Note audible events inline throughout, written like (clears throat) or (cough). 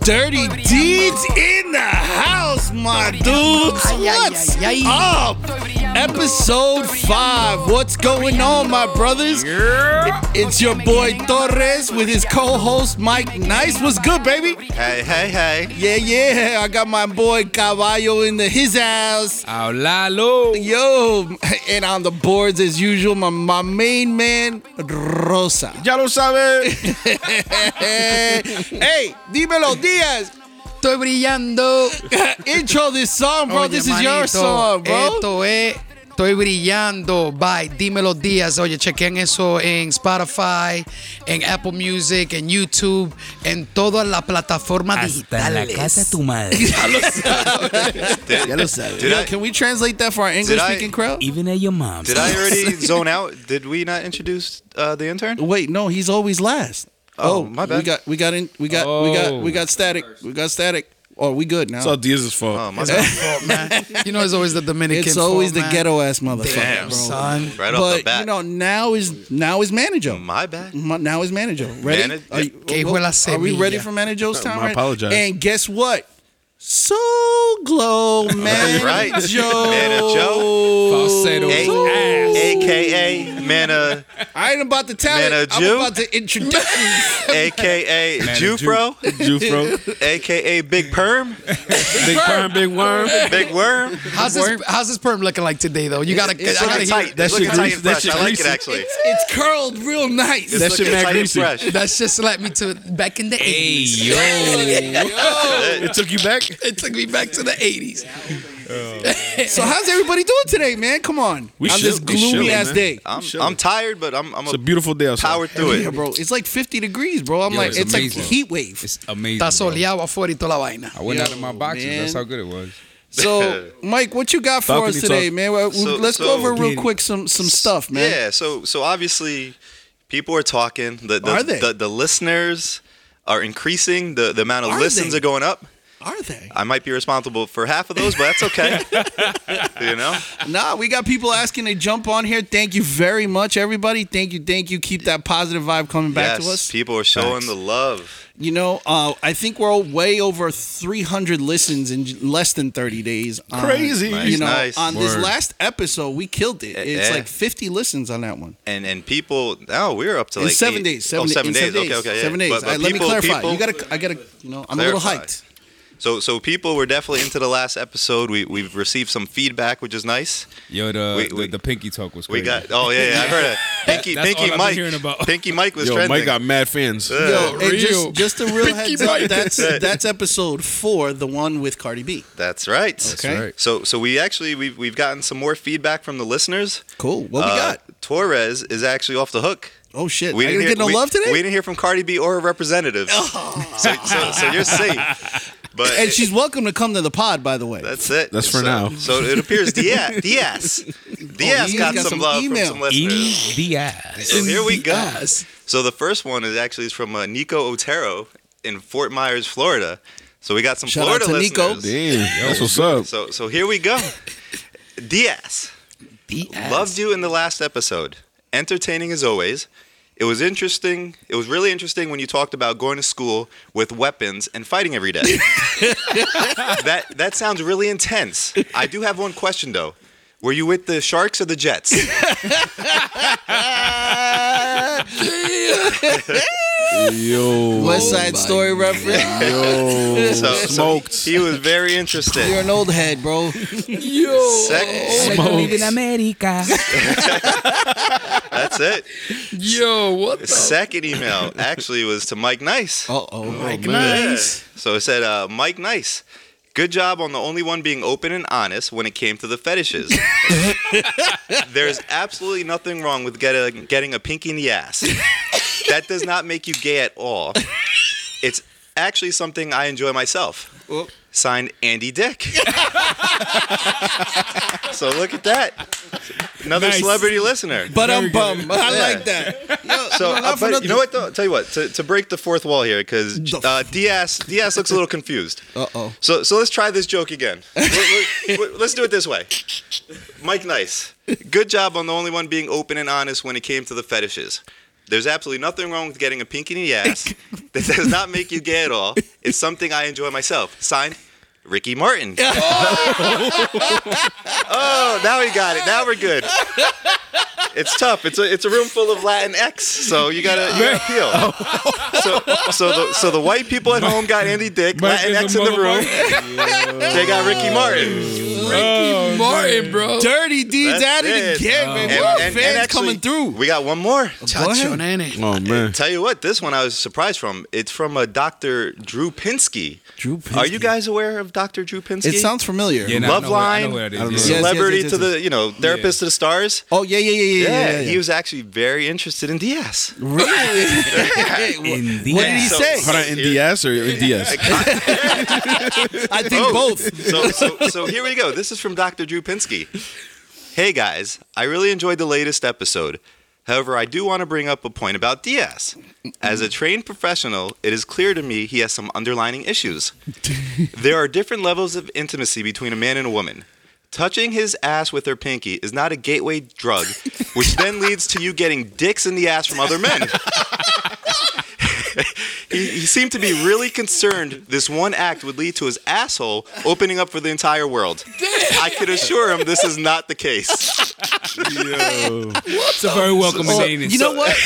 Dirty Deeds in the house, my dudes. Ay, ay, What's ay, up? Episode 5. What's going on, my brothers? It's your boy Torres with his co host Mike Nice. What's good, baby? Hey, hey, hey. Yeah, yeah. I got my boy Caballo in the his house. Hablalo. Yo, and on the boards as usual, my, my main man, Rosa. Eh, Ya lo sabe. (laughs) hey, dímelo, Diaz. Estoy brillando. Intro this song, bro. Oye, this is your manito, song, bro. Esto es Estoy brillando. Bye. Dímelo días. Oye, chequen eso en Spotify, en Apple Music, en YouTube, en todas las plataformas Hasta en digitales. la casa de tu madre. Did, Did Yo, I- can we translate that for our English speaking I- crowd? Even at your mom's. did I already zone out? Did we not introduce uh, the intern? Oh, Wait, no, he's always last. Oh, my We bad. got, we got in, we got, we Oh. got, we got static. We got static. Oh, we good now. It's all Diaz's fault. Oh, my bad. (laughs) you know, it's always the Dominican. it's always fault, the man. ghetto ass motherfucker, Damn, bro. son. Right but off the bat. you know, now is now is manager. my bad. Ma- now is manager. Ready? Manage- are, you- Que hijo de la are we semilla. ready for manager's time? I apologize. And guess what? Soul Glow Manager. (laughs) right. Manager. Manager. Falsetto. A- AKA Mana, I ain't about to tell it. I'm Manager. about to introduce you. AKA Jufro, (laughs) Jufro. AKA Big Perm, Big perm, big worm. Big Worm. How's this, how's this perm looking like today, though? You gotta, it's I gotta Looking hear- tight. that looking shit tight greasy- and that fresh. shit I like it greasy. actually. It's, it's curled real nice. It's that shit looking mad tight and greasy. fresh. That just led me to back in the 80s. It took you back? It took me back to the 80s. so how's everybody doing today, man? Come on. We on this should- we should, gloomy ass man. day. I'm, Sure. I'm tired, but I'm, I'm It's a a beautiful day outside. power through Yeah, it. bro. It's like 50 degrees, bro. I'm Yo, like, it's it's, like amazing. heat wave. It's amazing. Está bro. soleado afuera y toda la vaina. I went out Yo, of my boxes. That's man. how good it was. (laughs) So, Mike, what you got for Balcony us today, talk. man? Well, we- So- Let's go so- over real quick some some stuff, man. Yeah, so so obviously people are talking. The the, Are they? the, the listeners are increasing. The the amount of Are listens they? are going up. Are they? I might be responsible for half of those, but (laughs) that's okay. you know? Nah, we got people asking to jump on here. Thank you very much, everybody. Thank you, thank you. Keep that positive vibe coming back to us. People are showing the love. You know, uh, I think we're way over 300 listens in j- less than 30 days. on- Crazy. you Nice, know, nice. Eh, on this Word. last episode, we killed it. It's yeah. like 50 listens on that one. And and people now we're up to In like seven eight- days. oh, Seven, seven in days. Okay, okay. yeah. Seven days. But- but All right, let me people- clarify. people- you gotta, I gotta, you know, I'm a little Clarify. hyped. so so people were definitely into the last episode. We we've received some feedback, which is nice. Yo, the We- the, we- the pinky talk was We crazy. got oh yeah, yeah I heard (laughs) it. Pinky that's all I've Pinky been Mike hearing about. Pinky Mike was Yo, trending. Mike got mad fans. Yo, and real. just, just a real heads up. That's Yeah. that's episode four, the one with Cardi B. That's right. Okay. right. So so we actually we've we've gotten some more feedback from the listeners. Cool. What we Uh, got? Torres is actually off the hook. Oh shit! We I didn't didn't hear, get no we- love today. Oh. We didn't hear from Cardi B or her representative. (laughs) So, so, so you're safe. But and she's welcome to come to the pod, by the way. that's it. That's for So- now. So it appears (laughs) Diaz Diaz, Diaz he's Oh, got, got some, some love email. from some E listeners. EBS. So here we go. So the first one is actually is from uh, Nico Otero in Fort Myers, Florida. So we got some Shout out Florida to Nico. listeners. Damn, that's what's up. So so here we go. Diaz. Loved you in the last episode. Entertaining as always. It was interesting. It was really interesting when you talked about going to school with weapons and fighting every day. that that sounds really intense. I do have one question though. Were you with the Sharks or the Jets? Yo, West Side Story reference. yo, So- so smoked. he was very You're interested. an old head, (laughs) bro. Sec- in (laughs) America. that's it. Yo, what the? Second email actually was to Mike Nice. Uh oh. Nice. So it said, uh, Mike Nice, good job on the only one being open and honest when it came to the fetishes. There's absolutely nothing wrong with get a, getting a pinky in the ass. that does not make you gay at all. It's actually something I enjoy myself. Signed Andy Dick. so look at that. Another celebrity listener. But I'm bum. I like (laughs) that. So, not for uh, but nothing. you know what? Though, tell you what. To, to break the fourth wall here, because uh, Diaz Diaz looks a little confused. Uh oh. So, so let's try this joke again. Let- let- let's do it this way. Mike Nice, good job on the only one being open and honest when it came to the fetishes. There's absolutely nothing wrong with getting a pink in the ass. that does not make you gay at all. It's something I enjoy myself. Signed, Ricky Martin. oh, now we got it. Now we're good. It's tough. It's a it's a room full of Latin X, so you gotta you gotta peel. So so the, so the white people at home got Andy Dick, Latin X in the room. They got Ricky Martin. Ricky Martin, bro. Dirty D's That's at it it. Oh. again, man. Woo, fans coming through. We got one more. Chacho, nene. Oh man. Tell you what, this one I was surprised from. It's from a Dr. Drew Pinsky. Drew Are you guys aware of Dr. Drew Pinsky? It sounds familiar. Yeah, nah, I Love know where- I know Line. where it is, I don't yeah. know. Yes, celebrity yes, yes, to yes, the you know therapist to the stars. Oh yeah, yeah, yeah, yeah. yeah, yeah, he was actually very interested in DS. (laughs) really. In the what did he ass. say? Hold on, in DS or (laughs) in DS? I think Oh. (laughs) both. so, so, so here we go. This is from Dr. Drew Pinsky. Hey guys, I really enjoyed the latest episode. However, I do want to bring up a point about Diaz. As a trained professional, it is clear to me he has some underlining issues. There are different levels of intimacy between a man and a woman. Touching his ass with her pinky is not a gateway drug, which then leads to you getting dicks in the ass from other men. he, he seemed to be really concerned this one act would lead to his asshole opening up for the entire world. I could assure him this is not the case. It's a very welcoming name. You know (laughs) what?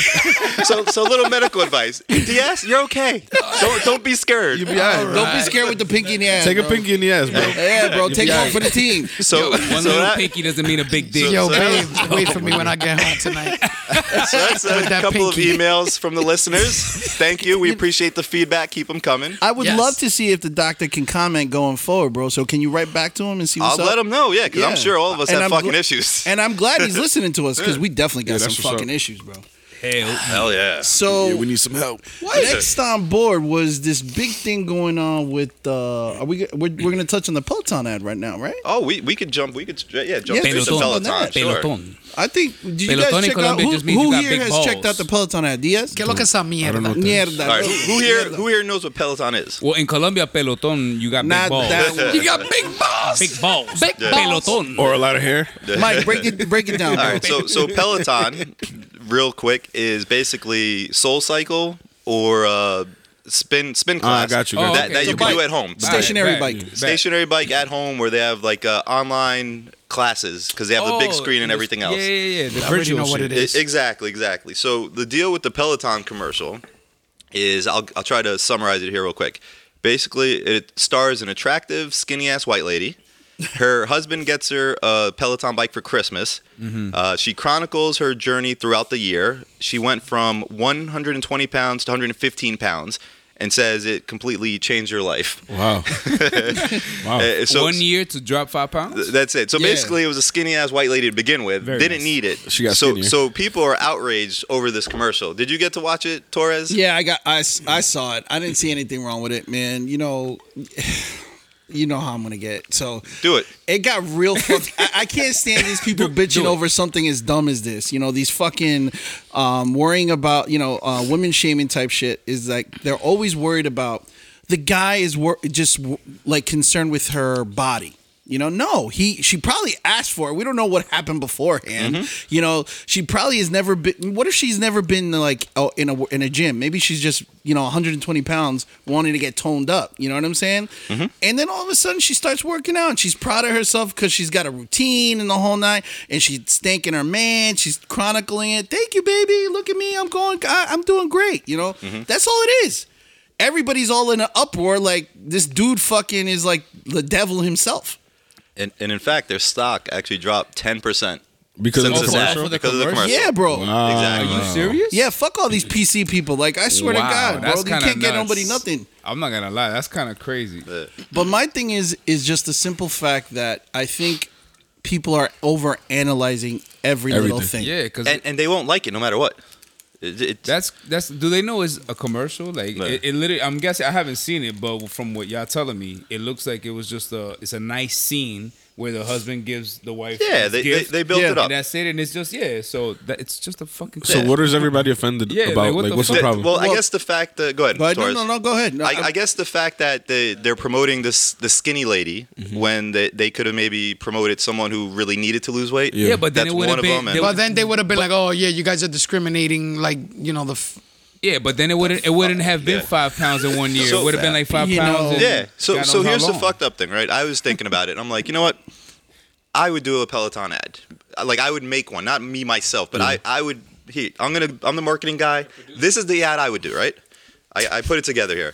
So, so a little medical advice. DS, you're okay. Don't, don't be scared. You be all right, bro. Don't be scared with the pinky in the ass. Take a bro. pinky in the ass, bro. Yeah, bro. Take one for the (laughs) team. So, One so little that- pinky doesn't mean a big dick. Yo, So- babe, wait for me when I get home tonight. (laughs) so that's a that couple pinky. of emails from the listeners. Thank you. We appreciate the feedback. Keep them coming. I would Yes. love to see if the doctor can comment going forward, bro. So can you write back to him and see I'll what's up? let them know, yeah, because Yeah. I'm sure all of us And have I'm fucking gl- issues. (laughs) And I'm glad (laughs) he's listening to us because we definitely got Yeah, some that's what's fucking up. issues, bro. Hell, Hell yeah. So Yeah, we need some help. next on board was this big thing going on with. Uh, are we? g- We're, we're gonna touch on the Peloton ad right now, right? Oh, we, we could jump. We could, yeah, Yeah, jump through there's some something on Peloton. that. Sure. peloton. I think. Did you Pelotón guys in check out Colombia who, just means who you got here big has checked out balls. the Peloton ad? Diaz. Que lo que esa don't know mierda. what Mierda. that- All right, who, who here who here knows what Peloton is? Well, in Colombia, peloton, you got Not big balls. that one. You got big balls. Big balls. Big balls. Peloton. Or a lot of hair. Mike, break it break it down. All bro. right, so (laughs) so Peloton, real quick, is basically Soul Cycle or uh, spin spin Ah, I class. got you. Oh, got That, okay. that So you can bike. do at home. Stationary Alright, bike. bet. Stationary bike at home where they have like uh, online classes because they have the big Oh, screen and the- everything else. Yeah, yeah, yeah. The I already virtual know what shit. it is. E- Exactly, exactly. So the deal with the Peloton commercial is I'll, I'll try to summarize it here real quick. Basically, it stars an attractive, skinny ass white lady. Her (laughs) husband gets her a Peloton bike for Christmas. Uh, she chronicles her journey throughout the year. She went from 120 pounds to 115 pounds and says it completely changed her life. Wow. wow. Uh, (laughs) so One year to drop five pounds? that's it. So Yeah. basically, it was a skinny ass white lady to begin with. Very Didn't nice. need it. She got so skinnier. so people are outraged over this commercial. Did you get to watch it, Torres? Yeah, I got. I, s- I saw it. I didn't see anything wrong with it, man. You know, (sighs) you know how I'm gonna get. So Do it. It got (laughs) real fuck. I, I can't stand these people bitching it. over something as dumb as this. You know, these fucking um, worrying about you know uh, women shaming type shit is like they're always worried about the guy is wor- just w- like concerned with her body. You know, no, he she probably asked for it. We don't know what happened beforehand. Mm-hmm. You know, she probably has never been. What if she's never been like oh, in a in a gym? Maybe she's just you know 120 pounds wanting to get toned up. You know what I'm saying? Mm-hmm. And then all of a sudden she starts working out and she's proud of herself because she's got a routine and the whole night and she's thanking her man. She's chronicling it. Thank you, baby. Look at me. I'm going. I, I'm doing great. You know, Mm-hmm. that's all it is everybody's all in an uproar like this dude fucking is like the devil himself And, and in fact, their stock actually dropped ten percent Because since of the this ad commercial. because of the commercial. yeah bro Wow. Exactly. Are you serious? yeah fuck all these pc people like i swear Wow, to god bro you that's kinda can't get nuts. nobody nothing I'm not gonna lie, that's kind of crazy. but my thing is is just the simple fact that i think people are over analyzing every little Everything. thing Yeah, because And, and they won't like it no matter what. It, it- that's that's. Do they know it's a commercial? Like No. it, it literally. I'm guessing I haven't seen it, but from what y'all telling me, it looks like it was just a. It's a nice scene where the husband gives the wife. Yeah, his they, they, gift, they built Yeah. it up. and that's it, and it's just yeah. So that, it's just a fucking. So thing. what is everybody offended Yeah, like, about? what Like, the what's the fuck? The- problem? Well, I Well- guess the fact that go ahead. But no, Torres. no, no. Go ahead. No, I, I guess the fact that they they're promoting this the skinny lady Mm-hmm. when they, they could have maybe promoted someone who really needed to lose weight. Yeah. yeah, but then That's it one would have of been. them, and- they But would- then they would have been like, oh yeah, you guys are discriminating, like you know the. F- yeah, but then it wouldn't. It wouldn't have been Yeah. five pounds in one year. So- it would have been like five You pounds. know- in Yeah. So God so knows how here's the long. fucked up thing, right? I was thinking about it. and I'm like, you know what? I would do a Peloton ad. Like I would make one, not me myself, but I I would. Here, I'm gonna. I'm the marketing guy. This is the ad I would do, right? I, I put it together here.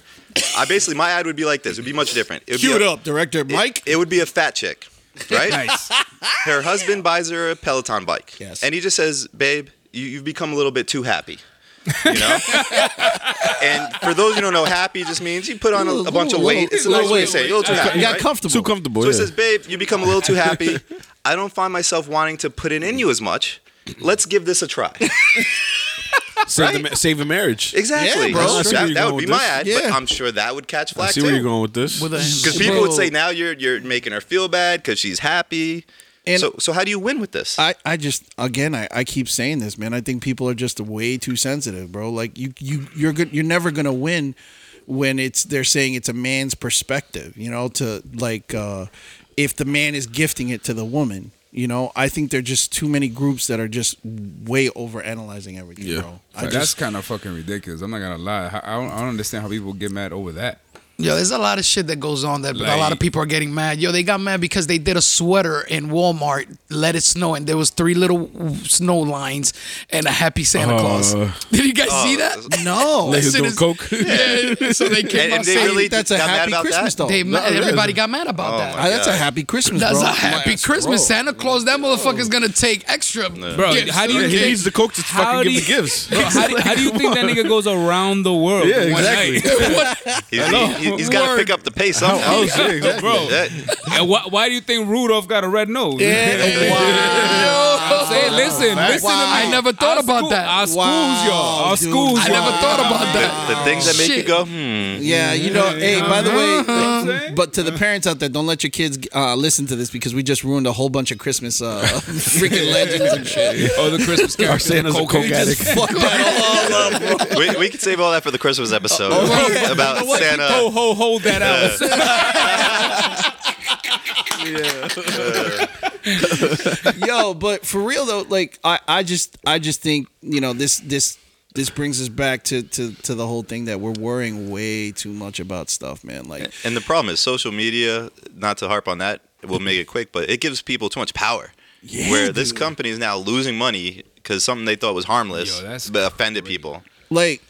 I basically my ad would be like this. It'd be much different. It would Cue it be a, up, director Mike. It would be a fat chick, (laughs) right? Nice. her husband buys her a Peloton bike. Yes. And he just says, "Babe, you, you've become a little bit too happy." You know. and for those who don't know, happy just means you put on a, a bunch of weight. It's a nice way to say it. You're a little too happy. Got right? comfortable. Too comfortable. So he yeah. says, "Babe, you become a little too happy. I don't find myself wanting to put it in you as much. Let's give this a try." save, the ma- save a marriage. Exactly. Yeah, bro. I see where That, you're that going would be with my this. ad, but Yeah. I'm sure that would catch I flack see where you're too. going with this. Because people would say now you're you're making her feel bad because she's happy. And- so so how do you win with this? I, I just again I, I keep saying this man I think people are just way too sensitive bro like you you you're good you're never gonna win when it's they're saying it's a man's perspective you know to like uh, if the man is gifting it to the woman you know I think there are just too many groups that are just way over analyzing everything Yeah. bro I That's just kind of fucking ridiculous. I'm not gonna lie. I, I, don't, I don't understand how people get mad over (laughs) that. Yo, there's a lot of shit that goes on that a lot of Like- people are getting mad. Yo, they got mad because they did a sweater in Walmart, let it snow, and there was three little snow lines and a happy Santa Claus. Uh. Did you guys see Oh, that? no Niggas As soon doing as- coke. Yeah, so they came And- out and they saying- really that's a got mad happy about that? Christmas though Oh, they ma- that is- everybody got mad about that. my Ah, that's a God. happy Christmas That's bro a happy Yes, Christmas. bro. Santa Claus, that motherfucker's gonna take extra. Bro, gifts. how do you Yeah, he get- (laughs) needs the coke to How do fucking give the you- gifts. Bro, how, do, how do you think that nigga goes around the world? Yeah, one exactly. (laughs) night? He's, he, has got to pick up the pace somehow. Oh, (laughs) shit, exactly. Bro, That- and why, why do you think Rudolph got a red nose? Yeah. Say, listen, listen Wow. to me. I never thought Our about school- that. Our schools, Wow, y'all. Our dude. schools, I never y'all. thought about the, that. the things that make Shit. you go, hmm. Yeah, you know. Hey, by the way, Uh-huh. um, but to the parents out there, don't let your kids uh, listen to this because we just ruined a whole bunch of Christmas (laughs) uh, freaking legends and shit. Oh, the (laughs) Christmas character. Our Santa's a coke (laughs) addict. Fuck that all up. bro. We, we could save all that for the Christmas episode (laughs) about Ho, Santa. ho, hold that out. Yo, but for real though, like I, I just, I just think you know this, this, this brings us back to to to the whole thing that we're worrying way too much about stuff, man. Like, And the problem is social media. Not to harp on that, we'll make it quick, but it gives people too much power. where this company is now losing money because something they thought was harmless Yo, that's but offended people. like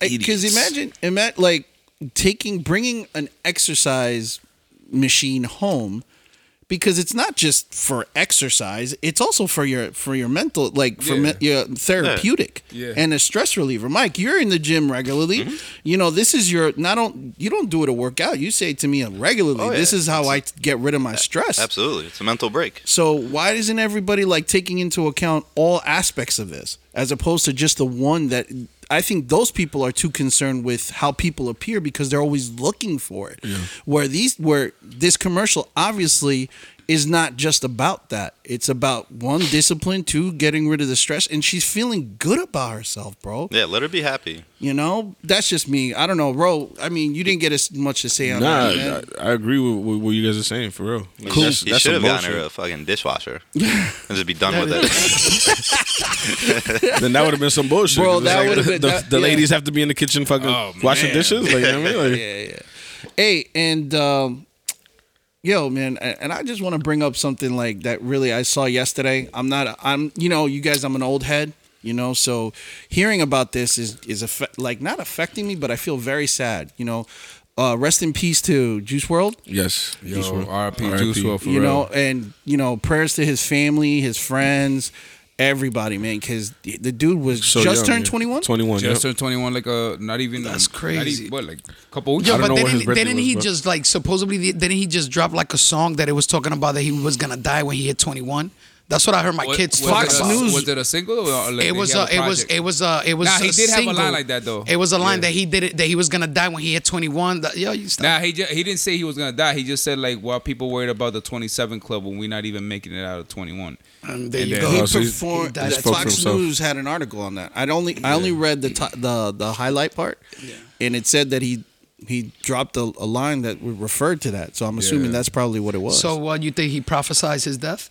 because imagine ima- like taking bringing an exercise machine home because it's not just for exercise it's also for your for your mental like for me, your therapeutic Yeah. and a stress reliever mike you're in the gym regularly you know this is your not on you don't do it to work out you say to me regularly Oh, yeah. this is how i get rid of my stress Absolutely, it's a mental break. so why isn't everybody like taking into account all aspects of this as opposed to just the one that I think those people are too concerned with how people appear because they're always looking for it. Where these where this commercial obviously is not just about that. It's about one discipline, two getting rid of the stress and she's feeling good about herself, bro. Yeah, let her be happy. You know? That's just me. I don't know, bro. I mean, you didn't get as much to say on Nah, that. man. I, I agree with, with what you guys are saying for real. Cool. He, that's should have gotten her emotion. a fucking (laughs) dishwasher and just be done with it. Then that would have been some bullshit. Bro, 'cause it's that would've the, been- the, that- the yeah. ladies have to be in the kitchen fucking Oh, washing man. dishes. Like, you know what I mean? Like, Hey, and um, yo, man, a- and I just want to bring up something like that. Really, I saw yesterday. I'm not. I'm. You know, you guys. I'm an old head. You know, so hearing about this is is affect, like not affecting me, but I feel very sad. You know, uh, rest in peace to Juice World. Yes. Yo, Juice WRLD. RIP Juice WRLD for you real. know, and you know, prayers to his family, his friends, everybody, man, because the dude was So just young, turned yeah. 21. 21. Just yep. turned 21 like a, not even. That's not even- crazy. what, like a couple weeks Yo, I don't but know then what his didn't, birthday didn't was, he bro. just like supposedly didn't he just drop like a song that it was talking about that he was gonna die when he hit 21? That's what I heard my Wa- kids was talk it a- about. Was it a single or like It was a, it was it was a it was Nah, a he did have a single. line like that, though. It was a line Yeah. that he did it that he was gonna die when he hit 21. That- yo, you stop. Nah, he ju- he didn't say he was gonna die. He just said like, "Why people worried about the 27 club when we're not even making it out of 21?" And there and you then- go. He Oh, so he's- performed. he died that spoke for Fox himself. News had an article on that. I only I only read the ti the the highlight part, and it said that he he dropped a, a line that referred to that. So I'm assuming Yeah. that's probably what it was. So what you think he prophesized his death?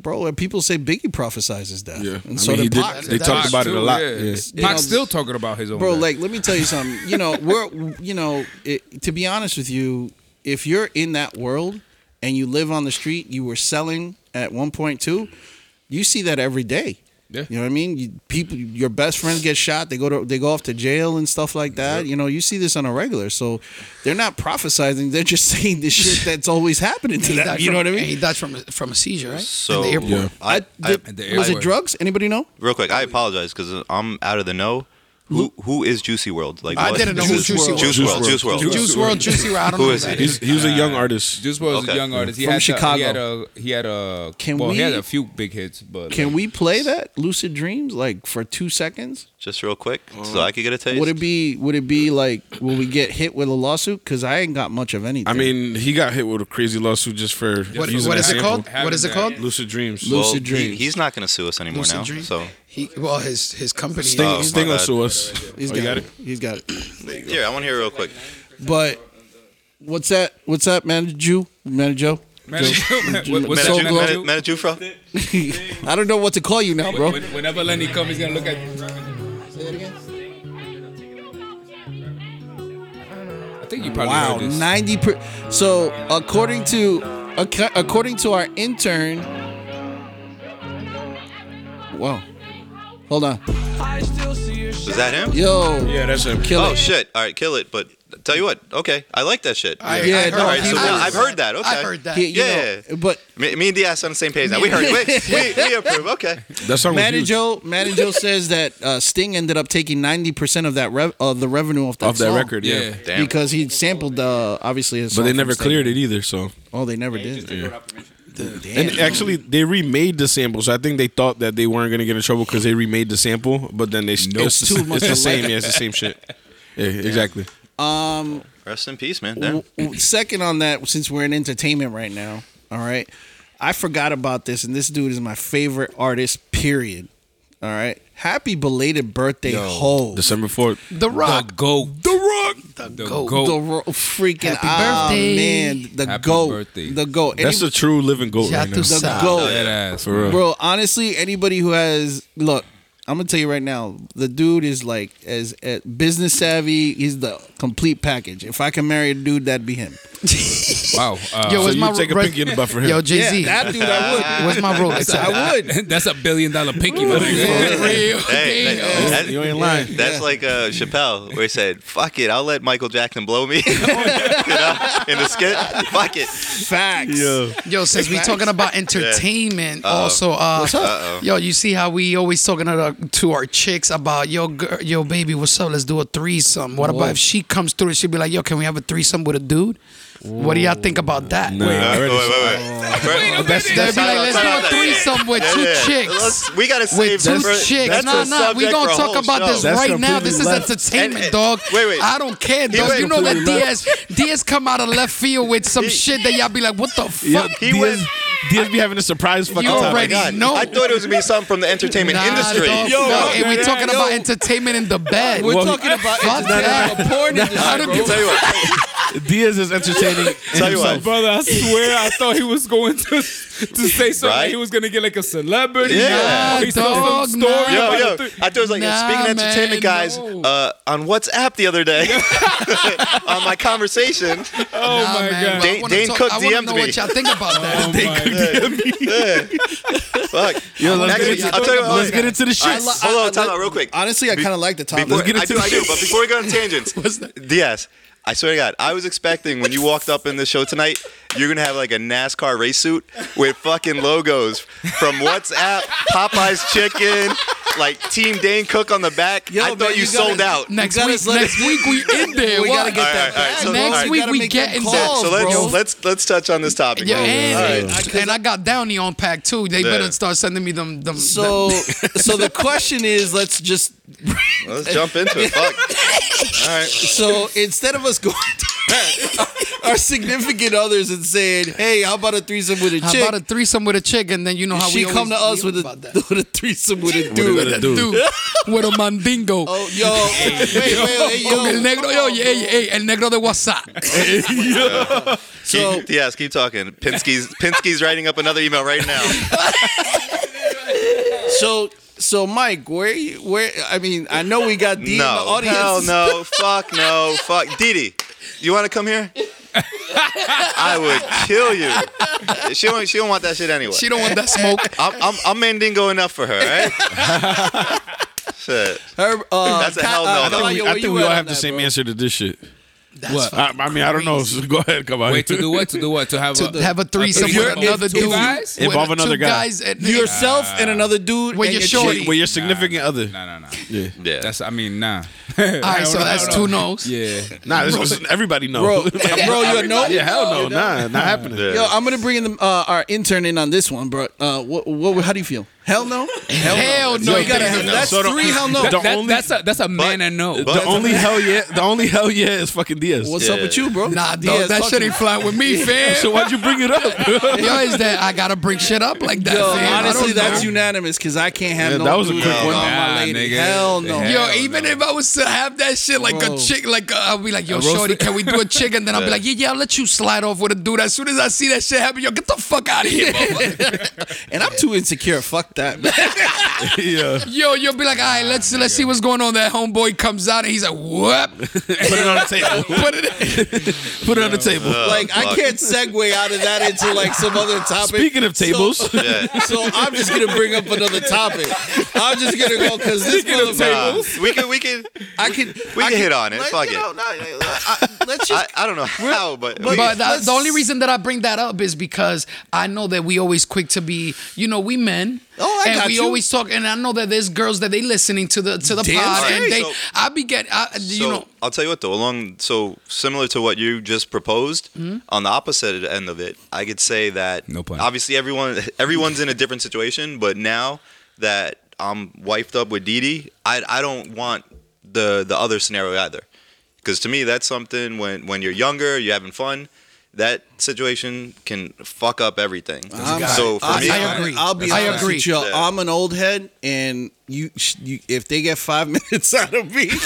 bro, and people say Biggie prophesies his death, Yeah. I and so mean, he did did- Pac. they That talked was about it a lot. Yeah. Yeah. Pac's You know, still talking about his own. bro death. like let me tell you something you know we're you know it, to be honest with you if you're in that world and you live on the street you were selling at 1.2 you see that every day Yeah. you know what i mean you, people your best friends get shot they go to they go off to jail and stuff like that you know you see this on a regular so they're not prophesizing they're just (laughs) saying the shit that's always happening to He them died you know what from- i and He mean died from from a seizure, right? So At the airport. Yeah. I, I- I, did- At the was it airport. drugs anybody know real quick, I apologize because I'm out of the know. Who who is Juicy World? Like I what- didn't know this who Juicy is- World Juice was. World. Juice World. Juice World, Juicy World. I don't Who know is who that he? is. He's, he was a young artist. Juice WRLD was a Okay. young artist. He From had the- Chicago. he had a he had a Can well, he had we- a few big hits, but can like, we play that lucid dreams like for two seconds Just real quick, so I could get a taste. Would it be? Would it be like? Will we get hit with a lawsuit? Because I ain't got much of anything. I mean, he got hit with a crazy lawsuit just for What, using what that is it sample. called? What is it called? Lucid Dreams. Lucid Well, he- Dreams. he's not going to sue us anymore Lucid now. Dream. So He, well, his his company. uh, Sting, Oh, my Sting will bad. sue us. he's Oh, got, you it. He's got it. here, I want to hear real quick. But what's that? What's that, manager Jew? Manager Joe? Man, (laughs) what- what's So that, glad- man? Manaju, Manaju, Manaju, (laughs) I don't know what to call you now, bro. When- Whenever Lenny comes, he's gonna look at. I think you probably Wow, heard this. ninety. Per- so according to ac- according to our intern. Wow. Hold on. Is that him? Yo. Yeah, that's him. Kill Oh it. shit! All right, kill it. But tell you what, okay, I like that shit. I- Yeah, I heard no, that. he so now was- I've heard that. Okay, I heard that. He- you Yeah. know, but Me, me and Diaz on the same page now. We heard. it. we, we, we (laughs) approve. Okay. That song was Matt and huge. Joe, Matt and (laughs) Joe says that uh, Sting ended up taking ninety percent of that rev- of the revenue off that, off that song record. Yeah. Yeah. Damn. because he sampled uh, obviously his. But song they from never Sting. cleared it either, so. Oh, they never did. And actually, they remade the sample, so I think they thought that they weren't gonna get in trouble because they remade the sample, but then they nope. it's, It's too much it's the alike. same. Yeah, it's the same shit. Yeah, exactly. Rest in peace, man. Damn. W- w- Second on that, since we're in entertainment right now, all right. I forgot about this, and this dude is my favorite artist. Period. All right. Happy belated birthday, Ho. December fourth. The Rock. The goat. The rock. The, goat. The ro- freaking Happy ah, birthday. man, the Happy goat, birthday. the goat. That's Any- a true living goat Ya right tu now. the sabes. goat. That ass. For real. (laughs) Bro, honestly, anybody who has look, I'm gonna tell you right now, the dude is like as, as business savvy. He's the complete package. If I can marry a dude, that'd be him. Wow. Uh, Yo, (laughs) So where's you my take a red- pinky in the butt for him. (laughs) Yo, Jay Z. Yeah, that dude, (laughs) I would. Where's my Rolex? I would. that's a billion dollar pinky. my nigga. Real Hey, deal. hey, that- you ain't lying. that's like uh, Chappelle, where he said, "Fuck it, I'll let Michael Jackson blow me," (laughs) Oh, you know, in the skit. Fuck it. Facts. Yo. Yo, since we talking about entertainment, also, uh, yo, you see how we always talking to, the- to our chicks about yo, girl, yo, baby, what's up? Let's do a threesome. What about if she comes through and she be like, yo, can we have a threesome with a dude? What do y'all think about that? Nah, I Wait, already- wait, wait. First- Oh. That's, they'd be time like, out, let's time do out, a time out." threesome with Yeah, two yeah. chicks. Let's- we gotta With save two that for- chicks. that's No, a no, we subject gonna for a talk whole about this show. That's right now. This is completely left. entertainment, And- and- dog. wait, wait. I don't care, He dog. went you know that completely Diaz, Diaz come out of left field with some shit that y'all be like, what the Yo, fuck? He Diaz, went- Diaz be having a surprise fucking You time. already Oh God, know. I thought it was gonna be something from the entertainment Nah, industry. dog, Yo, no, what and the we're talking heck? about Yo. entertainment in the bed. We're Well, talking about fuck that. entertainment, porn I industry, don't bro. give Tell you (laughs) what, Diaz is entertaining. Tell you what. himself. Brother, I swear I thought he was going to to say something. Right? He was gonna get like a celebrity. Yeah. he saw Dog, some story. nah. Yo, about yo, the th- I thought it was like yo, Nah, speaking of entertainment man, guys no. uh, on WhatsApp the other day (laughs) on my conversation. (laughs) Oh Nah, my man, but god. I Dane- wanna Dane talk- Cook I wanna DM'd know me. what y'all think about (laughs) Oh that. Fuck. let's Actually, get into- I'll tell you what, Let's get into the all right, shit. hold on, time out real quick. Honestly, I kind of like the topic. Before, Let's get I into do, the I do, but before we go on (laughs) tangents, Diaz, I swear to God, I was expecting when you walked up in the show tonight, you're gonna have like a NASCAR race suit with fucking logos from WhatsApp, Popeye's Chicken, like Team Dane Cook on the back. Yo, I thought man, you, you gotta- sold out. Next gotta week, let next it- week we in there. We What? gotta get that All right, all right, back. so- bro. all right. We week Next gotta we make them getting that. calls, So let's bro. let's let's touch on this topic. Yeah, real quick. and, All right. and I got Downey on pack too. They Yeah. better start sending me them. them So, them- so the question is, let's just Let's jump into it. (laughs) Fuck. All right. so instead of us going to (laughs) our significant others and saying, "Hey, how about a threesome with a how chick?" about a threesome with a chick, and then you know how she we come to always- us we with about a, that. with a threesome with a With a dude. dude. dude (laughs) with a mandingo. Oh, yo, wait, wait, Con (laughs) el wait, yo. negro, yo, yeah, yeah, yeah, el negro de WhatsApp. So, Keep- yes, keep talking. Pinsky's Pinsky's writing up another email right now. so, so, Mike, where, you, where? I mean, I know we got D in the No. audience. Hell (laughs) no. Fuck no. Fuck. Didi, you want to come here? I would kill you. She don't. She don't want that shit anyway. She don't want that smoke. I'm I'm, I'm Mandingo enough for her. (laughs) Right. shit. Her, uh, That's a Ka- hell no, uh, though. Kaya, I I Yo, where think you we at all on have the that, same bro? answer to this shit. That's I, I mean, I don't know. So (laughs) go ahead, come on. Wait to (laughs) do what? To do what? To have To a have a threesome threesome with of another two dude. guys? With Involve two another guy. guys and- Yourself and another dude. When and you're your short. chick. With your significant other. No, no, no. Yeah. Yeah. That's I mean, nah. All right, so that's two no's. Yeah. Nah, this was, everybody know. Bro, (laughs) bro, you're no. yeah, hell no, nah, not happening. Yeah. Yo, I'm gonna bring in the, uh, our intern in on this one, bro. Uh, what, what, how do you feel? Hell no. Hell, Hell no. You gotta Hell have, no. that's So the- three. Hell no. the- That- that- only- that's a that's a man I know. but- The only hell yeah, the only hell yeah is fucking Diaz. What's Yeah. up with you, bro? Nah, dog, Diaz, that talk shit to ain't me. flying with me, fam. So why'd you bring it up? Yo, is that I gotta bring shit up like that? Yo, fam. I don't honestly, that's know. unanimous because I can't have Yeah, no. that was a dude quick on one. my Nah, lady. nigga. Hell no. Yeah. Yo, Hell even if I was to have that shit, like Bro. a chick, like uh, I'll be like, yo, A roast- shorty, can (laughs) we do a chick? And then I'll be like, yeah, yeah, I'll let you slide off with a dude. As soon as I see that shit happen, yo, get the fuck out (laughs) of here. motherfucker. And I'm too insecure. Fuck that. man. (laughs) yeah, yo, you'll be like, all right, let's let's see what's going on. That homeboy comes out and he's (laughs) like, what? put it on the table. Put it. Put it on the table. Uh, Oh, like I can't segue out of that into like some other topic. Speaking of So- tables, Yeah. (laughs) so I'm just gonna bring up another topic. I'm just gonna go because this Nah, motherfucker. we can we can I can we I can hit on it. let- Fuck you it. know, nah, I- I- Let's I, just. I don't know how, but, we- But the, Let's- the only reason that I bring that up is because I know that we always quick to be, you know, we men. Oh, I and got we you. always talk, and I know that there's girls that they listening to the to the Damn pod, straight. and they. So- I be getting, I, you so, know, I'll tell you what though, along so similar to what you just proposed, on the opposite end of it, I could say that No pun. obviously everyone (laughs) everyone's in a different situation, but now that I'm wifed up with Didi, I I don't want the the other scenario either. Cuz to me that's something when when you're younger, you're having fun, that situation can fuck up everything. so for I, me, I agree. I'll be I honest agree. with you. Yeah. I'm an old head, and you, you, if they get five (laughs) minutes out of me, (laughs)